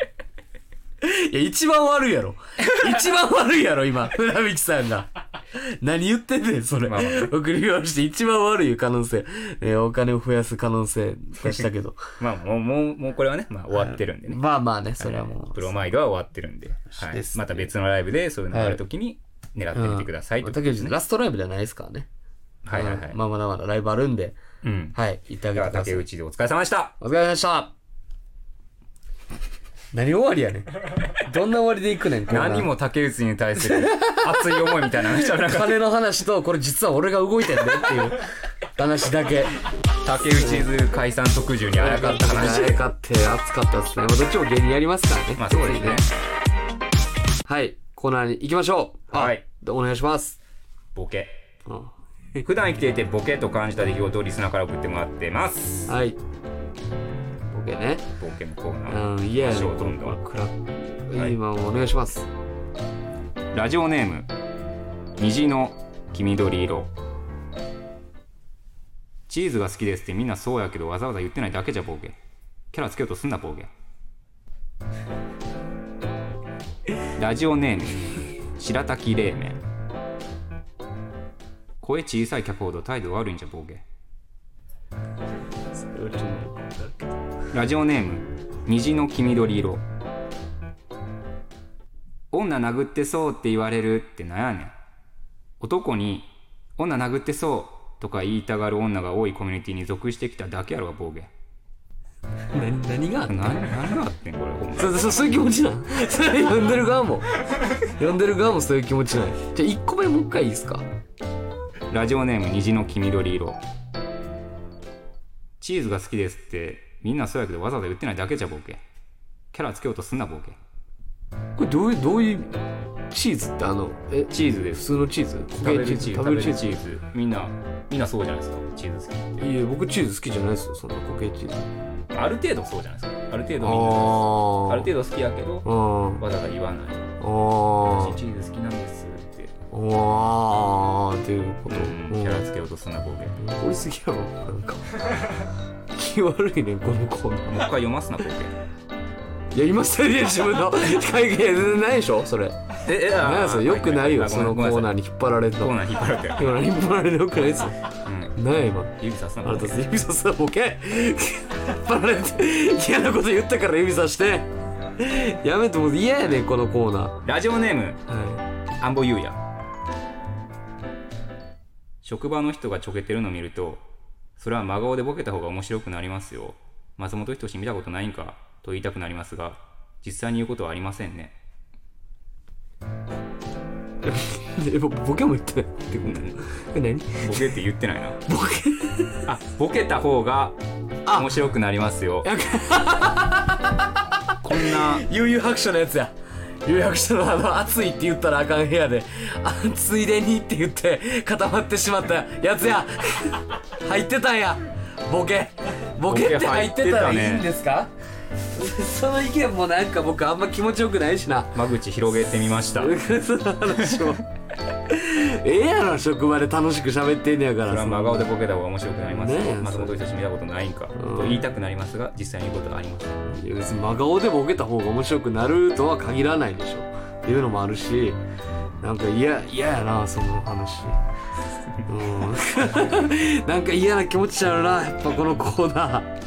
S2: いや、一番悪いやろ。一番悪いやろ、今。船引さんが。何言ってんねん、それ。
S1: まあまあね
S2: 送りをして一番悪い可能性。ね、お金を増やす可能性でしたけど。
S1: まあ、もう、もう、もうこれはね、まあ終わってるんでね。
S2: まあまあね、それはもう。
S1: プロマイドは終わってるんで、はい
S2: ですね
S1: また別のライブでそういうのがあるときに狙ってみてくださいと。
S2: 竹内、ラストライブではないですからね。
S1: はいはいはい。
S2: まあまだまだライブあるんで、
S1: うん。
S2: はい、行ってあ
S1: で
S2: げて
S1: は
S2: くださ
S1: 竹
S2: い。
S1: 内でお疲れ様でした
S2: お疲れ様でした。何終わりやねん。どんな終わりでいくねん、こんな
S1: 何。も竹内に対する熱い思いみたいな話じゃなかっ
S2: 金の話と、これ実は俺が動いてんだよっていう話だけ。
S1: た。 竹内図解散特需にあやかった話。
S2: かって、熱かったですね。まあ、どっちも芸人やりますから ね。
S1: まあそうですね。
S2: はい、コーナーに行きましょう。あ
S1: はい。
S2: お願いします。
S1: ボケ。
S2: うん
S1: 普段生きていてボケと感じた出来事をリスナーから送ってもらってます。
S2: はい。オッケーね。
S1: ボケのコーナー。
S2: うん、いやね
S1: 足をどんどん
S2: これ暗
S1: は
S2: く
S1: い
S2: 今お願いします。
S1: ラジオネーム、虹の黄緑色。チーズが好きですってみんなそうやけどわざわざ言ってないだけじゃボケ。キャラつけようとすんなボケ。ラジオネーム、白滝冷麺。声小さい客ほど態度悪いんじゃボケ。ラジオネーム虹の黄緑色女殴ってそうって言われるってなんやねん男に女殴ってそうとか言いたがる女が多いコミュニティに属してきただけやろが暴言
S2: 何何があった
S1: 何何があってんこれほんま
S2: そそそういう気持ちなん それ呼んでる側も呼んでる側もそういう気持ちなんじゃあ1個目もう一回いいですか
S1: ラジオネーム虹の黄緑色チーズが好きですってみんなそうやけどわざわざ言ってないだけじゃボケキャラつけようとすんなボケ
S2: これどういうどういうチーズってあのえ
S1: チーズで
S2: 普
S1: す
S2: 通のチーズ
S1: 食
S2: 固
S1: べ
S2: 形
S1: るチーズ
S2: 食
S1: 食
S2: べ
S1: べ
S2: る
S1: る
S2: チ
S1: チ
S2: ーズ
S1: ーズみんなみんなそうじゃないですかチーズ好きって
S2: いや僕チーズ好きじゃないですよそんな固形チーズあ
S1: ある程度そうじゃないですかある程度みんな
S2: あ
S1: ある程度好きやけど
S2: 度うんあ
S1: わざわざ言わない
S2: あ
S1: 私チーズ好きなんですって
S2: ああっていうこと、
S1: うんキャラつけようとすんなボケもう
S2: 怒りすぎやろなんか気悪いねこのコーナー
S1: 一回読ますなボケ
S2: いや今したね自分の会見ないでしょそれ
S1: ええ
S2: なんすよ、よくないよ、そのコーナ
S1: ー
S2: ーに引っ張られる
S1: コー
S2: の。
S1: ナー引っ張られてる
S2: コーナーに引っ張られるよくないですよ。
S1: うん
S2: なんや今。
S1: 指さすな
S2: あ
S1: ボ
S2: なた
S1: ケ、
S2: 指さすな、ボケ引っ張られて、嫌なこと言ったから指さして。やめて、もう嫌やねん、このコーナ
S1: ラジオネーム
S2: ー。は
S1: アンボユーヤ職場の人がちょけてるの見るとそれは真顔でボケた方が面白くなりますよ松本人志見たことないんかと言いたくなりますが実際に言うことはありません ね
S2: い。でぼボケも言ってないってこ
S1: ボ
S2: と。え、何
S1: ケって言ってないなボケあボケた方が
S2: あ
S1: 面白くなりますよ
S2: や
S1: こんな
S2: 悠々白書のやつや。悠々白書のあの、暑いって言ったらあかん部屋で、あついでにって言って固まってしまったやつや。入ってたんや。ボケ。ボケって入ってたらいいんですか、その意見もなんか僕あんま気持ちよくないしな。
S1: 間口広げてみました
S2: その話も。ええやろ、職場で楽しく喋ってんねやか
S1: それは
S2: ら。
S1: 真顔でボケた方が面白くなりますよ
S2: ねえ
S1: 松本人志見たことないんかと言いたくなりますが実際に言うことはありません
S2: いや別に真顔でボケた方が面白くなるとは限らないでしょ。っていうのもあるし、なんか嫌、嫌やな、その話。うん。なんか嫌な気持ちだよな、やっぱこのコーナー。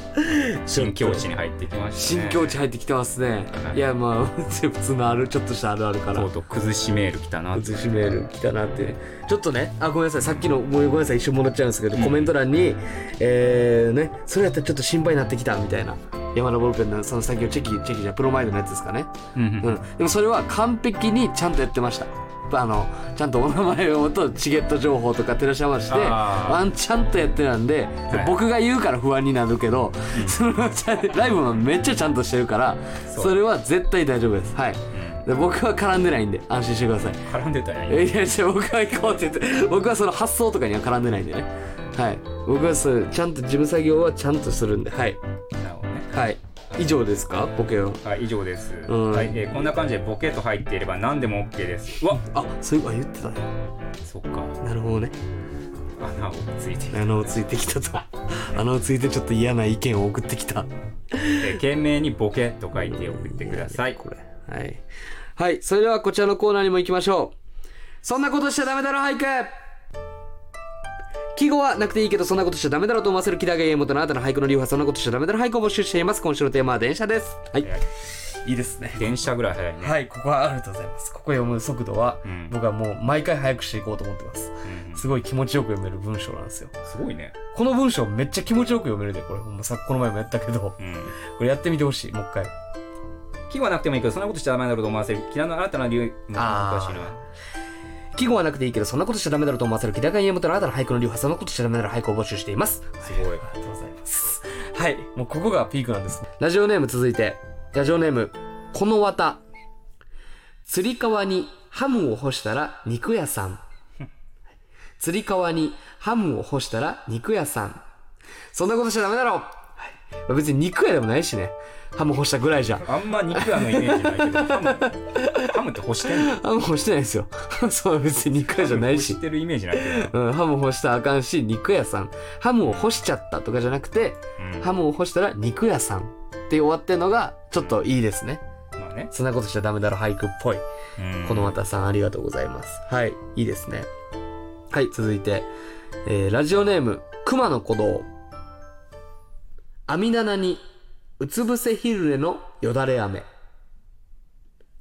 S1: 新境地に入ってきましたね
S2: 新境地入ってきてますね
S1: は。い
S2: いや、まあ、 普通のある、ちょっとしたあるあるから
S1: と。うとう崩しメール来たなって
S2: 写しメール来たなってちょっとねあごめんなさいさっきのごめんなさい一瞬戻っちゃうんですけど、コメント欄にえー、ねそれやったらちょっと心配になってきたみたいな山田ボルペンのその先のチェキチェキじゃプロマイドのやつですかね
S1: うんう
S2: うんんでもそれは完璧にちゃんとやってましたあのちゃんとお名前をとチゲット情報とか照らし合わせて
S1: あー
S2: ワンちゃんとやってたんで、
S1: い
S2: 僕が言うから不安になるけど、そのちゃんライブもめっちゃちゃんとしてるから
S1: そ
S2: そうれは絶対大丈夫ですはいで僕は絡んでないんで安心してください
S1: 絡んでたやん
S2: えいや違う僕は行こうって言って僕はその発想とかには絡んでないんでねはい僕はそうちゃんと事務作業はちゃんとするんではい
S1: なるほどね
S2: はい以上ですかボケを
S1: はい以上です、
S2: うん
S1: はいえーこんな感じでボケと入っていれば何でも OK ですうわ
S2: あそういうあ言ってたね
S1: そっか
S2: なるほどね
S1: 穴をついている
S2: 穴をついてきたと穴をついてちょっと嫌な意見を送ってきた
S1: えー懸命にボケと書いて送ってください
S2: これはいはいそれではこちらのコーナーにも行きましょうそんなことしちゃダメだろ俳句季語はなくていいけどそんなことしちゃダメだろうと思わせるキラーゲームとのあなたの俳句の流派そんなことしちゃダメだろ俳句を募集しています今週のテーマは電車ですはい
S1: はい
S2: いいですね
S1: 電車ぐらい早いね、
S2: はいここはありがとうございますここ読む速度は
S1: うん
S2: 僕はもう毎回早くしていこうと思ってます
S1: うん
S2: すごい気持ちよく読める文章なんですよ
S1: すごいね
S2: この文章めっちゃ気持ちよく読めるでこれほんまさこの前もやったけど
S1: うん
S2: これやってみてほしい、もう一回。
S1: 季語はなくてもいいけどそんなことしちゃダメだろうと思わせるキラの新たな理由
S2: あー
S1: 難しいな
S2: 季語はなくていいけど、そんなことしちゃダメだろうと思わせる気高い家元の新たな俳句の流派、そんなことしちゃダメだろう俳句を募集しています。
S1: すごい
S2: ありがとうございます。はい、もうここがピークなんです。ラジオネーム続いて、ラジオネーム、この綿。釣り革にハムを干したら肉屋 さん。釣り革にハムを干したら肉屋さん。そんなことしちゃダメだろう、はいまあ別に肉屋でもないしね。ハム干したぐらいじゃ。
S1: あんま肉屋のイメージないけ どハムハムって干してんの
S2: ハム干してないですよ。 そう、別に肉屋じゃないし
S1: 干し。てるイメージないけどな
S2: うん、ハム干したらあかんし、肉屋さん。ハムを干しちゃったとかじゃなくて、
S1: うん
S2: ハムを干したら肉屋さんって終わってんのが、ちょっといいですね。
S1: まあね
S2: そんなことしちゃダメだろ、俳句っぽい。
S1: うん
S2: このまたさん、ありがとうございます。はい、いいですね。はい、続いて、えー、ラジオネーム、熊の鼓動。網棚に、うつ伏せ昼寝のよだれ飴。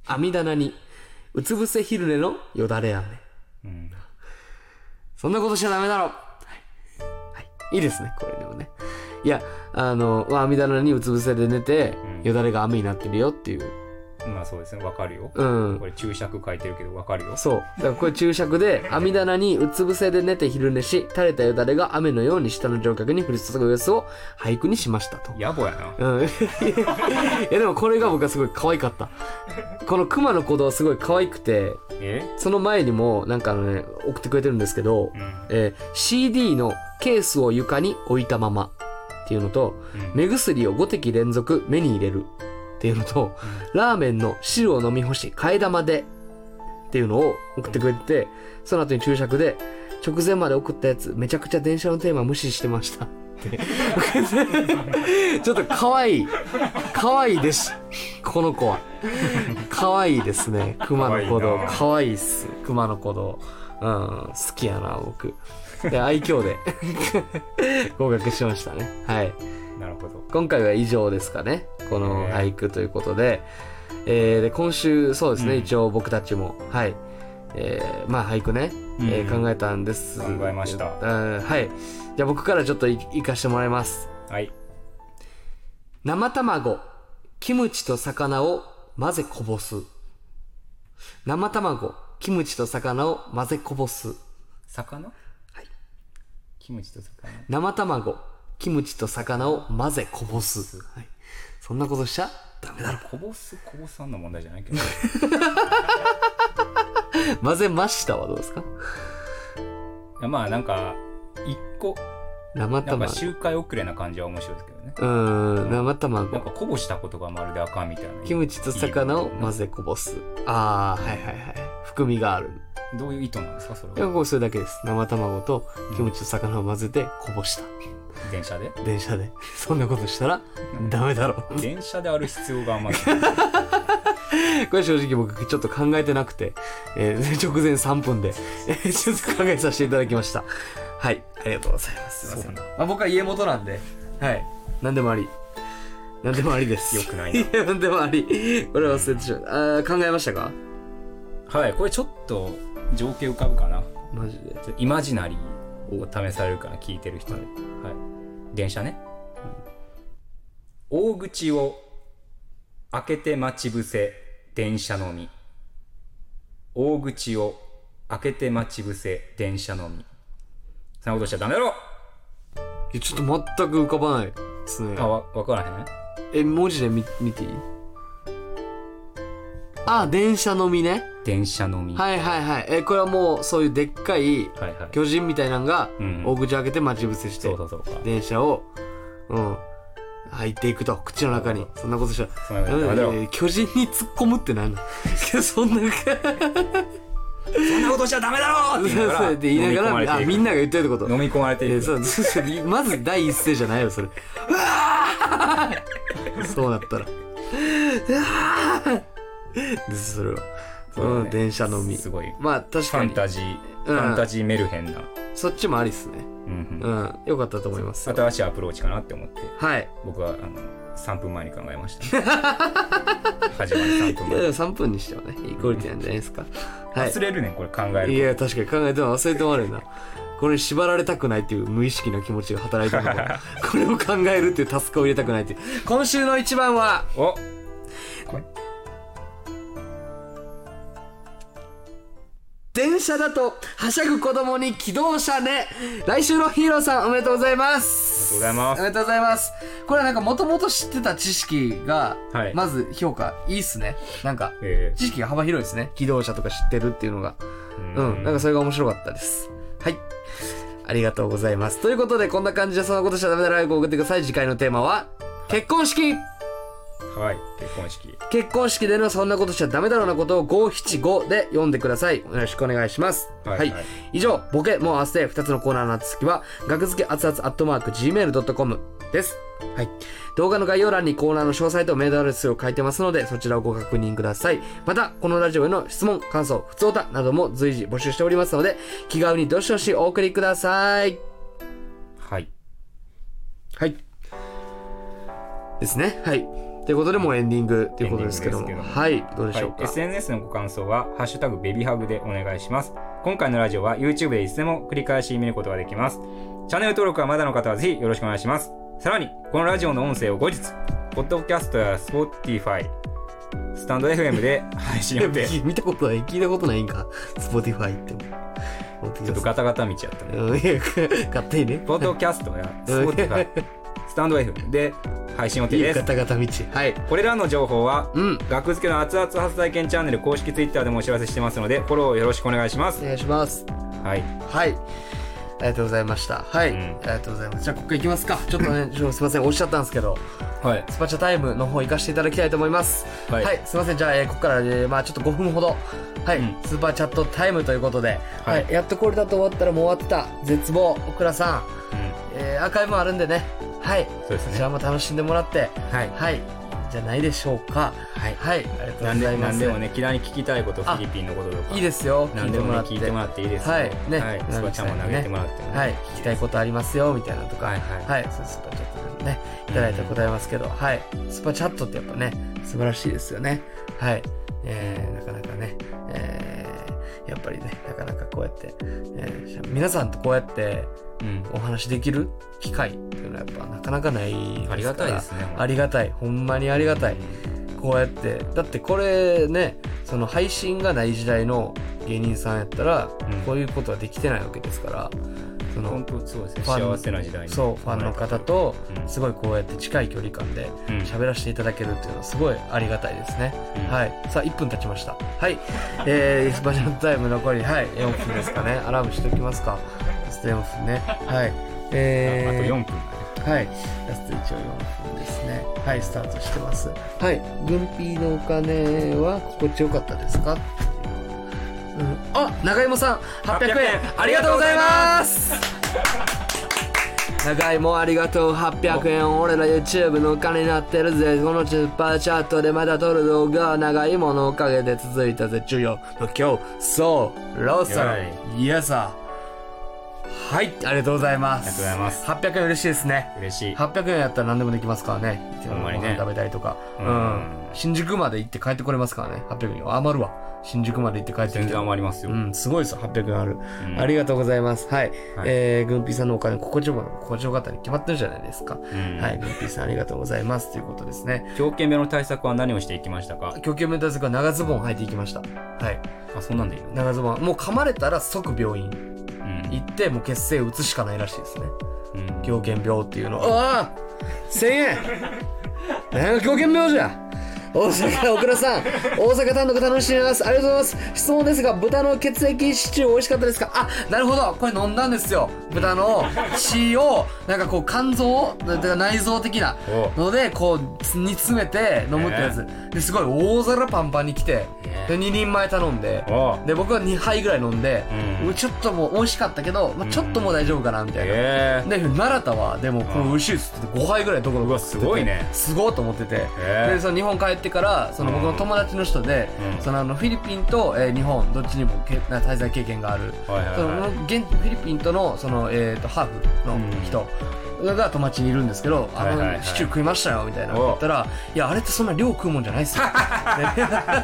S2: 網棚に、うつ伏せ昼寝のよだれ飴。
S1: うん
S2: そんなことしちゃダメだろはい、はい、いいですね、これでもね。いや、あの、まあ、網棚にうつ伏せで寝て、
S1: うん
S2: よだれが雨になってるよっていう。
S1: まあそうですねわかるよ
S2: うん
S1: こ。れ注釈書いてるけどわかるよ
S2: そう。だからこれ注 釈で、網棚にうつ伏せで寝て昼寝し、垂れたよだれが雨のように下の乗客に降り注ぐ様子を俳句にしましたと。
S1: 野暮やな
S2: うん。 いや、でもこれが僕はすごい可愛かった。この熊の鼓動すごい可愛くて、
S1: え
S2: その前にも、なんかあのね、送ってくれてるんですけど、
S1: うん
S2: えー CD のケースを床に置いたままっていうのと、
S1: うん
S2: 目薬を5滴連続目に入れるっていうのと、ラーメンの汁を飲み干し、替え玉でっていうのを送ってくれてて、その後に注釈で、直前まで送ったやつ、めちゃくちゃ電車のテーマ無視してました。ってちょっと可愛い。可愛いです。この子は。可愛いですね。熊の鼓
S1: 可愛
S2: 動
S1: い。な
S2: 可愛いっす。熊の鼓動。うん、好きやな、僕。で、愛嬌で合格しましたね。はい。
S1: なるほど
S2: 今回は以上ですかねこの俳句ということで,、えーで今週そうですね、
S1: うん
S2: 一応僕たちもはい、えーまあ俳句ね、えー
S1: うん
S2: 考えたんです
S1: 考えました
S2: うんはいじゃあ僕からちょっといいかしてもらいます
S1: はい
S2: 生卵キムチと魚を混ぜこぼす生卵キムチと魚を混ぜこぼす
S1: 魚はいキムチと魚
S2: 生卵キムチと魚を混ぜこぼす、はい、そんなことしちゃダメだろ
S1: こぼすこぼさんの問題じゃないけど
S2: 混ぜましたはどうですか
S1: まあなんか一個
S2: 生
S1: なん
S2: 卵
S1: か周回遅れな感じは面白いですけどね
S2: うーん生
S1: なん
S2: 卵
S1: かこぼしたことがまるであかんみたいな
S2: キムチと魚を混ぜこぼすああはいはいはい含みがある
S1: どういう意図なんですかそ
S2: い
S1: れ
S2: や
S1: は
S2: こうそれだけです生卵とキムチと魚を混ぜてこぼした
S1: 電車で
S2: 電車で そんなことしたらダメだろ
S1: 電車である必要があんまり
S2: これ正直僕ちょっと考えてなくて、えー直前3分で、えーちょっと考えさせていただきましたはいありがとうございますすいません
S1: そう
S2: まあ、僕は家元なんではい何でもあり何でもありです
S1: 良くない
S2: い
S1: な
S2: や、でもあり。これ忘れてしまう。あー考えましたか
S1: はいこれちょっと情景浮かぶかな
S2: マジで。
S1: ちょっとイマジナリーを試されるから聞いてる人で、はい、電車ね、大口を開けて待ち伏せ電車のみ大口を開けて待ち伏せ電車のみそんなことしちゃダメだろ
S2: えちょっと全く浮かばないですね
S1: あわ分からへん
S2: え文字で見見ていいあ電車のみね
S1: 電車のみ
S2: はいはいはいえこれはもうそういうでっかい
S1: はいはい
S2: 巨人みたいなのが
S1: うん
S2: 大口開けて待ち伏せして、
S1: そうそうそうか
S2: 電車をうん入っていくと口の中にそんなことしちゃ
S1: そんなことしちゃダメだろ
S2: えー巨人に突っ込むってなんなの そんな
S1: そんなことしちゃダメだろって言いなが
S2: そ
S1: ら
S2: うって言いながらあみんなが言ってるってこと
S1: 飲み込まれてい
S2: え
S1: く飲み込まれてい
S2: ー
S1: く
S2: そうそうそうまず第一声じゃないよそれうわーそうなったらうわーですそれはう
S1: そうだね
S2: ん電車のみ
S1: すごい
S2: まあ確
S1: フ
S2: か
S1: ァン
S2: に
S1: タジー、
S2: うん
S1: ファンタジーメルヘンな、
S2: そっちもありっすね
S1: うんう
S2: うんんよかったと思います
S1: 新しいアプローチかなって思って
S2: はい
S1: 僕はあの3分前に考えま した、始まる3分
S2: いや
S1: 前
S2: でも3分にしてはねイクオリティなんじゃないですかは
S1: 忘れるねんこれ考え
S2: いい
S1: る
S2: や確かに考えても忘れてもらえるなこれに縛られたくないっていう無意識の気持ちが働いてるのか これを考えるっていうタスクを入れたくないっていう今週の一番は
S1: とお
S2: 電車だとはしゃぐ子供に機動車ね来週のヒーローさんおめでとうございます
S1: おめでとうございます
S2: おめでとうございますこれはなんかもともと知ってた知識が、
S1: はい
S2: まず評価いいっすねなんか
S1: え
S2: 知識が幅広いですね機動車とか知ってるっていうのが
S1: ー
S2: うん、なんかそれが面白かったです。はい。ありがとうございます。ということで、こんな感じでそんなことしちゃダメなライブを送ってください。次回のテーマは、結婚式
S1: はい結婚式
S2: 結婚式でのそんなことしちゃダメだろうなことを575で読んでください。よろしくお願いします。
S1: はいはい
S2: 以上、ボケ、もう明日で2つのコーナーの後付きは、学付け熱々アットマーク gmail.com です。はい。動画の概要欄にコーナーの詳細とメールアドレスを書いてますので、そちらをご確認ください。また、このラジオへの質問、感想、不通歌なども随時募集しておりますので、気軽にどしどしお送りください。
S1: はい
S2: はい。ですね。はい。ということで、もうエンディングということですけども。
S1: エンディングです
S2: はい。どうでしょう
S1: は
S2: か。
S1: い、SNS のご感想は「ハッシュタグベビハグ」でお願いします今回のラジオは YouTube でいつでも繰り返し見ることができますチャンネル登録はまだの方はぜひよろしくお願いしますさらにこのラジオの音声を後日ポッドキャストや Spotify スタンド FM で配信予 定ち
S2: 見たことない聞いたことないんか Spotify って持ってき
S1: ょっとガタガタ道やったね
S2: うんいや勝手にね
S1: ポッドキャストや
S2: うん
S1: Spotify スタンド FM で配信予
S2: い
S1: 定
S2: い
S1: で
S2: よ
S1: す
S2: ガタガタ道はい
S1: これらの情報は
S2: うん
S1: 学付けの熱々初体験チャンネル公式 Twitter でもお知らせしてますのでフォローよろしくお願いします
S2: お願いします
S1: はい
S2: はいありがとうございましたはい、
S1: うん
S2: ありがとうございますじゃあここ行きますかちょっとねちょっとすいませんおっしちゃったんですけど
S1: はい
S2: スパチャタイムの方行かせていただきたいと思いますは、
S1: はいい
S2: すいませんじゃあ、えーここから、えーまあちょっと5分ほどはい、
S1: うん
S2: スーパーチャットタイムということで、は
S1: はい
S2: いやっとこれだと思ったらもう終わった絶望オクラさん、
S1: う
S2: えー、アーカイブもあるんでねはい
S1: ん、そうです
S2: そ
S1: ね
S2: ちらも楽しんでもらって
S1: はい
S2: はいじゃないでしょうかはい、ありがとう
S1: 何
S2: ござ
S1: で
S2: い
S1: も
S2: ます
S1: 何でもね嫌いに聞きたいことフィリピンのこととか
S2: いいですよ
S1: 何でもね聞いてもら
S2: っ
S1: っていいですよ
S2: はいね
S1: はいスパちゃんも投げてもらってもね
S2: はい聞きたいことありますよみたいなのとか
S1: はいはい
S2: そうスパチャットでねいただいて答えますけど、はいスパチャットってやっぱね素晴らしいですよねはいえー、なかなかねえー、やっぱりねなかなかこうやって、えー皆さんとこうやって
S1: うん
S2: お話できる機会っていうのはやっぱなかなかないですから
S1: ありがたいですね本当に
S2: ありがたいほんまにありがたいこうやってだってこれねその配信がない時代の芸人さんやったら、
S1: うん
S2: こういうことはできてないわけですからそ
S1: 本
S2: の
S1: 当そうですね
S2: ファン
S1: 幸せな時代に
S2: そうファンの方と
S1: うん
S2: すごいこうやって近い距離感で
S1: うん
S2: 喋らせていただけるっていうのはすごいありがたいですね、
S1: うん
S2: はいさあ1分経ちましたはいえー、スパジャンタイム残りはい4分ですかねアラームしておきますかそして4分ねはいえ
S1: あ
S2: ー、
S1: あと4分
S2: はい、ラスト一応4分ですね。はい、スタートしてます。はい、軍費のお金は心地よかったですか、うん、あ、長芋さん、800
S1: 800
S2: 円
S1: 円
S2: ありがとうございます 長芋ありがとう800円俺ら YouTube のお金になってるぜこのスーパーチャットでまだ撮る動画は長芋のおかげで続いたぜ重要の今日そうローさんイエスはいありがとうございます
S1: ありがとうございます
S2: 800円嬉しいですね
S1: 嬉しい
S2: 800円やったら何でもできますからね
S1: ほんまにね
S2: ご飯食べたりとかう
S1: うん
S2: ん、新宿まで行って帰ってこれますからね。800人。余るわ。新宿まで行って帰って
S1: 全
S2: きて
S1: 然。余りますよ、
S2: うん、すごいですよ、800ある、
S1: うん
S2: ありがとうございます。はい。
S1: はい
S2: えー、グンピーさんのお金、心地よかった、心地よかったに決まってるじゃないですか。
S1: うん
S2: はい、グンピーさんありがとうございます。ということですね。
S1: 狂犬病の対策は何をしていきましたか
S2: 狂犬病対策は長ズボン履いていきました。はい。
S1: あそうなんでいいの、
S2: 長ズボン。もう噛まれたら即病院
S1: うん
S2: 行って、もう血清打つしかないらしいですね。
S1: うん
S2: 狂犬病っていうのは。ああ !1000 円何が狂犬病じゃ大阪、小倉さん、大阪単独楽しんでます。ありがとうございます。質問ですが、豚の血液シチュー美味しかったですかあ、なるほど。これ飲んだんですよ。豚の血を、なんかこう、肝臓だから内臓的な
S1: おう
S2: ので、こう、つ煮詰めて飲むってやつ。ですごい大皿パンパンに来て、
S1: え
S2: で、2人前頼んで、
S1: おう
S2: で、僕は2杯ぐらい飲んで、
S1: うん
S2: もうちょっともう美味しかったけど、まあ、ちょっともう大丈夫かな、みたいな。
S1: え
S2: で奈良田はでもこの美味しいっつってて5杯ぐらいどころ
S1: うわすごいね
S2: すごいと思ってて、
S1: へえ
S2: でその日本帰ってからその僕の友達の人で、
S1: うん
S2: そのあのフィリピンと、えー日本どっちにもけな滞在経験がある、
S1: はいはい
S2: そ
S1: は
S2: の
S1: い
S2: 現フィリピンとのその、えー、とハーフの人が友達にいるんですけど、
S1: はいはいは
S2: あ
S1: い
S2: のシチュー食いましたよみたいな
S1: お
S2: 言ったら「いやあれってそんな量食うもんじゃないっす よ」で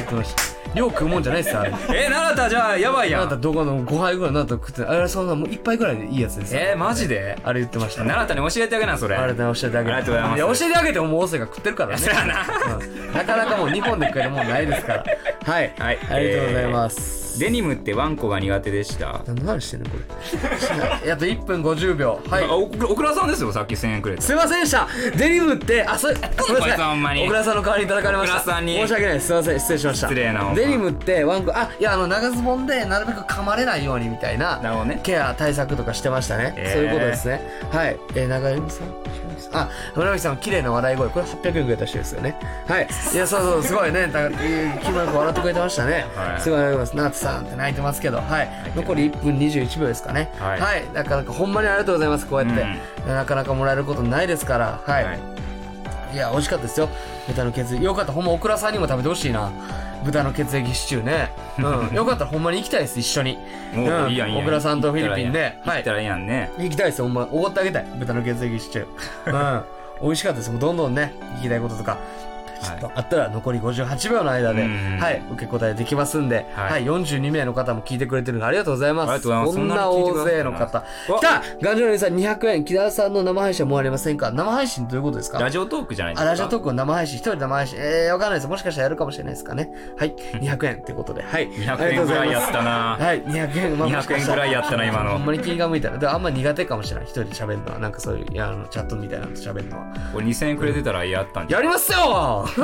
S2: 言ってました量食うもんじゃないっすよあれ
S1: え奈良田じゃあやばいや
S2: あなた
S1: ん
S2: どこの5杯ぐらいなた食ってあれそんなもう1杯ぐらいでいいやつですよ
S1: えー、マジで
S2: あれ言ってましたね
S1: 奈良田に教えてあげなそれ
S2: あれだ教えてあげて
S1: ありがとうございます
S2: や教えてあげてももう大阪食ってるからね
S1: そやな
S2: うんなかなかもう日本で食えるもんないですからはい、
S1: はい
S2: ありがとうございます、
S1: デニムってワンコが苦手でした、
S2: 何の話してんのこれあと1分50秒はい
S1: あお小倉さんですよさっき1000円くれた
S2: すいませんでしたデニムってあそれごめんな
S1: こいつほんま
S2: さ
S1: に
S2: い小倉さんの代わりにいただかれました
S1: 小倉さんに
S2: 申し訳ないですすいません失礼しました
S1: 失礼なほんま
S2: デニムってワンコあいやあの長ズボンでなるべく噛まれないようにみたいな
S1: なるほどね
S2: ケア対策とかしてましたね、
S1: えー
S2: そういうことですねはいえー、長山さんあ村上さん綺麗な笑い声これ800円くれた人ですよねはいいやそうそうすごいねだからえー木村君笑ってくれてましたね、
S1: はい
S2: すごいありがとうございますナツさんって泣いてますけどはい残り1分21秒ですかね
S1: はい
S2: はい、なかなかほんまにありがとうございますこうやって、なかなかもらえることないですからはい、
S1: はい
S2: い、や美味しかったですよ豚の血液よかったほんまオクラさんにも食べてほしいな豚の血液シチューね、 うん、よかったらほんまに行きたいです一緒に
S1: もう
S2: うん
S1: いいやんいいやん
S2: オクラさんとフィリピンで
S1: 行
S2: は
S1: っ
S2: い
S1: たらいいやんね
S2: 行きたいですよほんまおごってあげたい豚の血液シチューうん 美味しかったですもうどんどんね聞きたいこととかちょっとあったら残り58秒の間で、
S1: うん
S2: はい、受け答えできますんで、
S1: は
S2: はいい、42名の方も聞いてくれてるのでありがとうございます。
S1: ありがとうございます
S2: こんな大勢
S1: そん
S2: の
S1: なの聞いてくだ
S2: 方。
S1: さい
S2: 来たガンジョレさん200円、木田さんの生配信はもうありませんか生配信どういうことですか
S1: ラジオトークじゃないです
S2: あ、
S1: か
S2: ラジオトークの生配信、一人で生配信、えー、わかんないです。もしかしたらやるかもしれないですかね。はい、200円ってことで、はい。
S1: 200
S2: ありがと
S1: 円ぐ
S2: うご
S1: ら
S2: ざ
S1: い
S2: ます
S1: やったな
S2: はい、200円、まあもし
S1: 200
S2: か
S1: 円
S2: し
S1: ぐ
S2: た
S1: らいやったな今
S2: ほんま
S1: の
S2: に気が向いたら。であんま苦手かもしれない。一人で喋るのは。なんかそういう、いや、あの、チャットみたいなのと喋るのは。
S1: 俺2000円くれてたらやったんじゃ
S2: やりますよ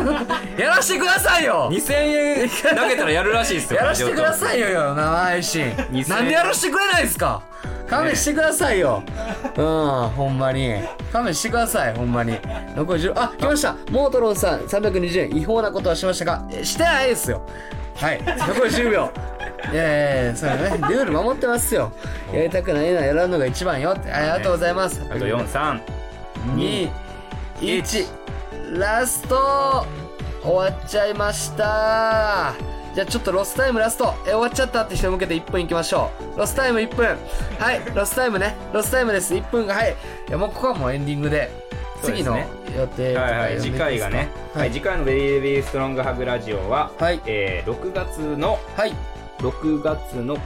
S2: やらしてくださいよ
S1: 2000円投げたらやるらしいっすよ
S2: やらしてくだ
S1: い
S2: さいよよ生配信
S1: 2000円
S2: なんでやらしてくれないですか勘弁してくださいよ、うんほんまに勘弁してくださいほんまに残り10あ来ましたモートロンさん320円違法なことはしましたかえしてないですよはい残り10秒ええそうねルール守ってますよやりたくないのはやらんのが一番よってありがとうございます
S1: あと43
S2: 2 1ラスト終わっちゃいましたじゃあちょっとロスタイムラストえ終わっちゃったって人に向けて1分いきましょうロスタイム1分はい ロスタイムねロスタイムです1分がはいいやもうここはもうエンディングで
S1: そうで
S2: 次
S1: す
S2: の
S1: ね
S2: 予定とか
S1: はいはい、次回がね、
S2: はい
S1: はい、次回の「ベリーベリーストロングハグラジオは」
S2: はい
S1: えー6月の
S2: はい
S1: 6月の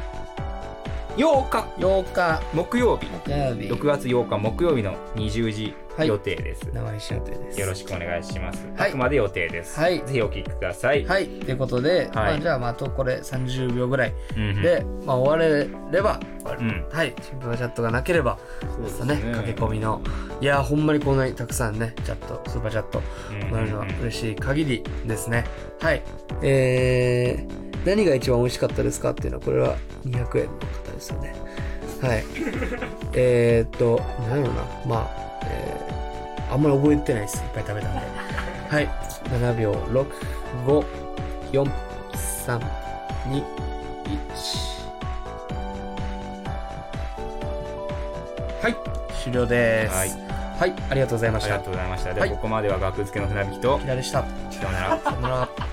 S1: 8日
S2: 8日
S1: 木曜日
S2: 火曜日
S1: 6月8日木曜日の20時
S2: はい
S1: 予定です、
S2: 生配信予定です
S1: よろしくお願いします、
S2: はい
S1: あくまで予定です、
S2: はい
S1: ぜひお聞きください、
S2: はいということで、まあ、じゃあまああとこれ30秒ぐらい
S1: うんうん、
S2: で、まあ、終われれば終わる
S1: うん
S2: はい新聞チャットがなければ
S1: そうですね
S2: ね駆け込みのいやーほんまにこんなにたくさんねチャットスーパーチャット
S1: うん
S2: もらえるのは嬉しい限りですねはいえー、何が一番美味しかったですかっていうのはこれは200円の方ですよねはい えーっと何やろうなまあえー、あんまり覚えてないですいっぱい食べたんではい7秒65321はい終了です
S1: はい
S2: はい、ありがとうございま
S1: あ
S2: し
S1: り
S2: た
S1: がとうございましたでは
S2: はい
S1: ここまでは学付けの船引きと
S2: 平でした。
S1: さようなら
S2: さよなら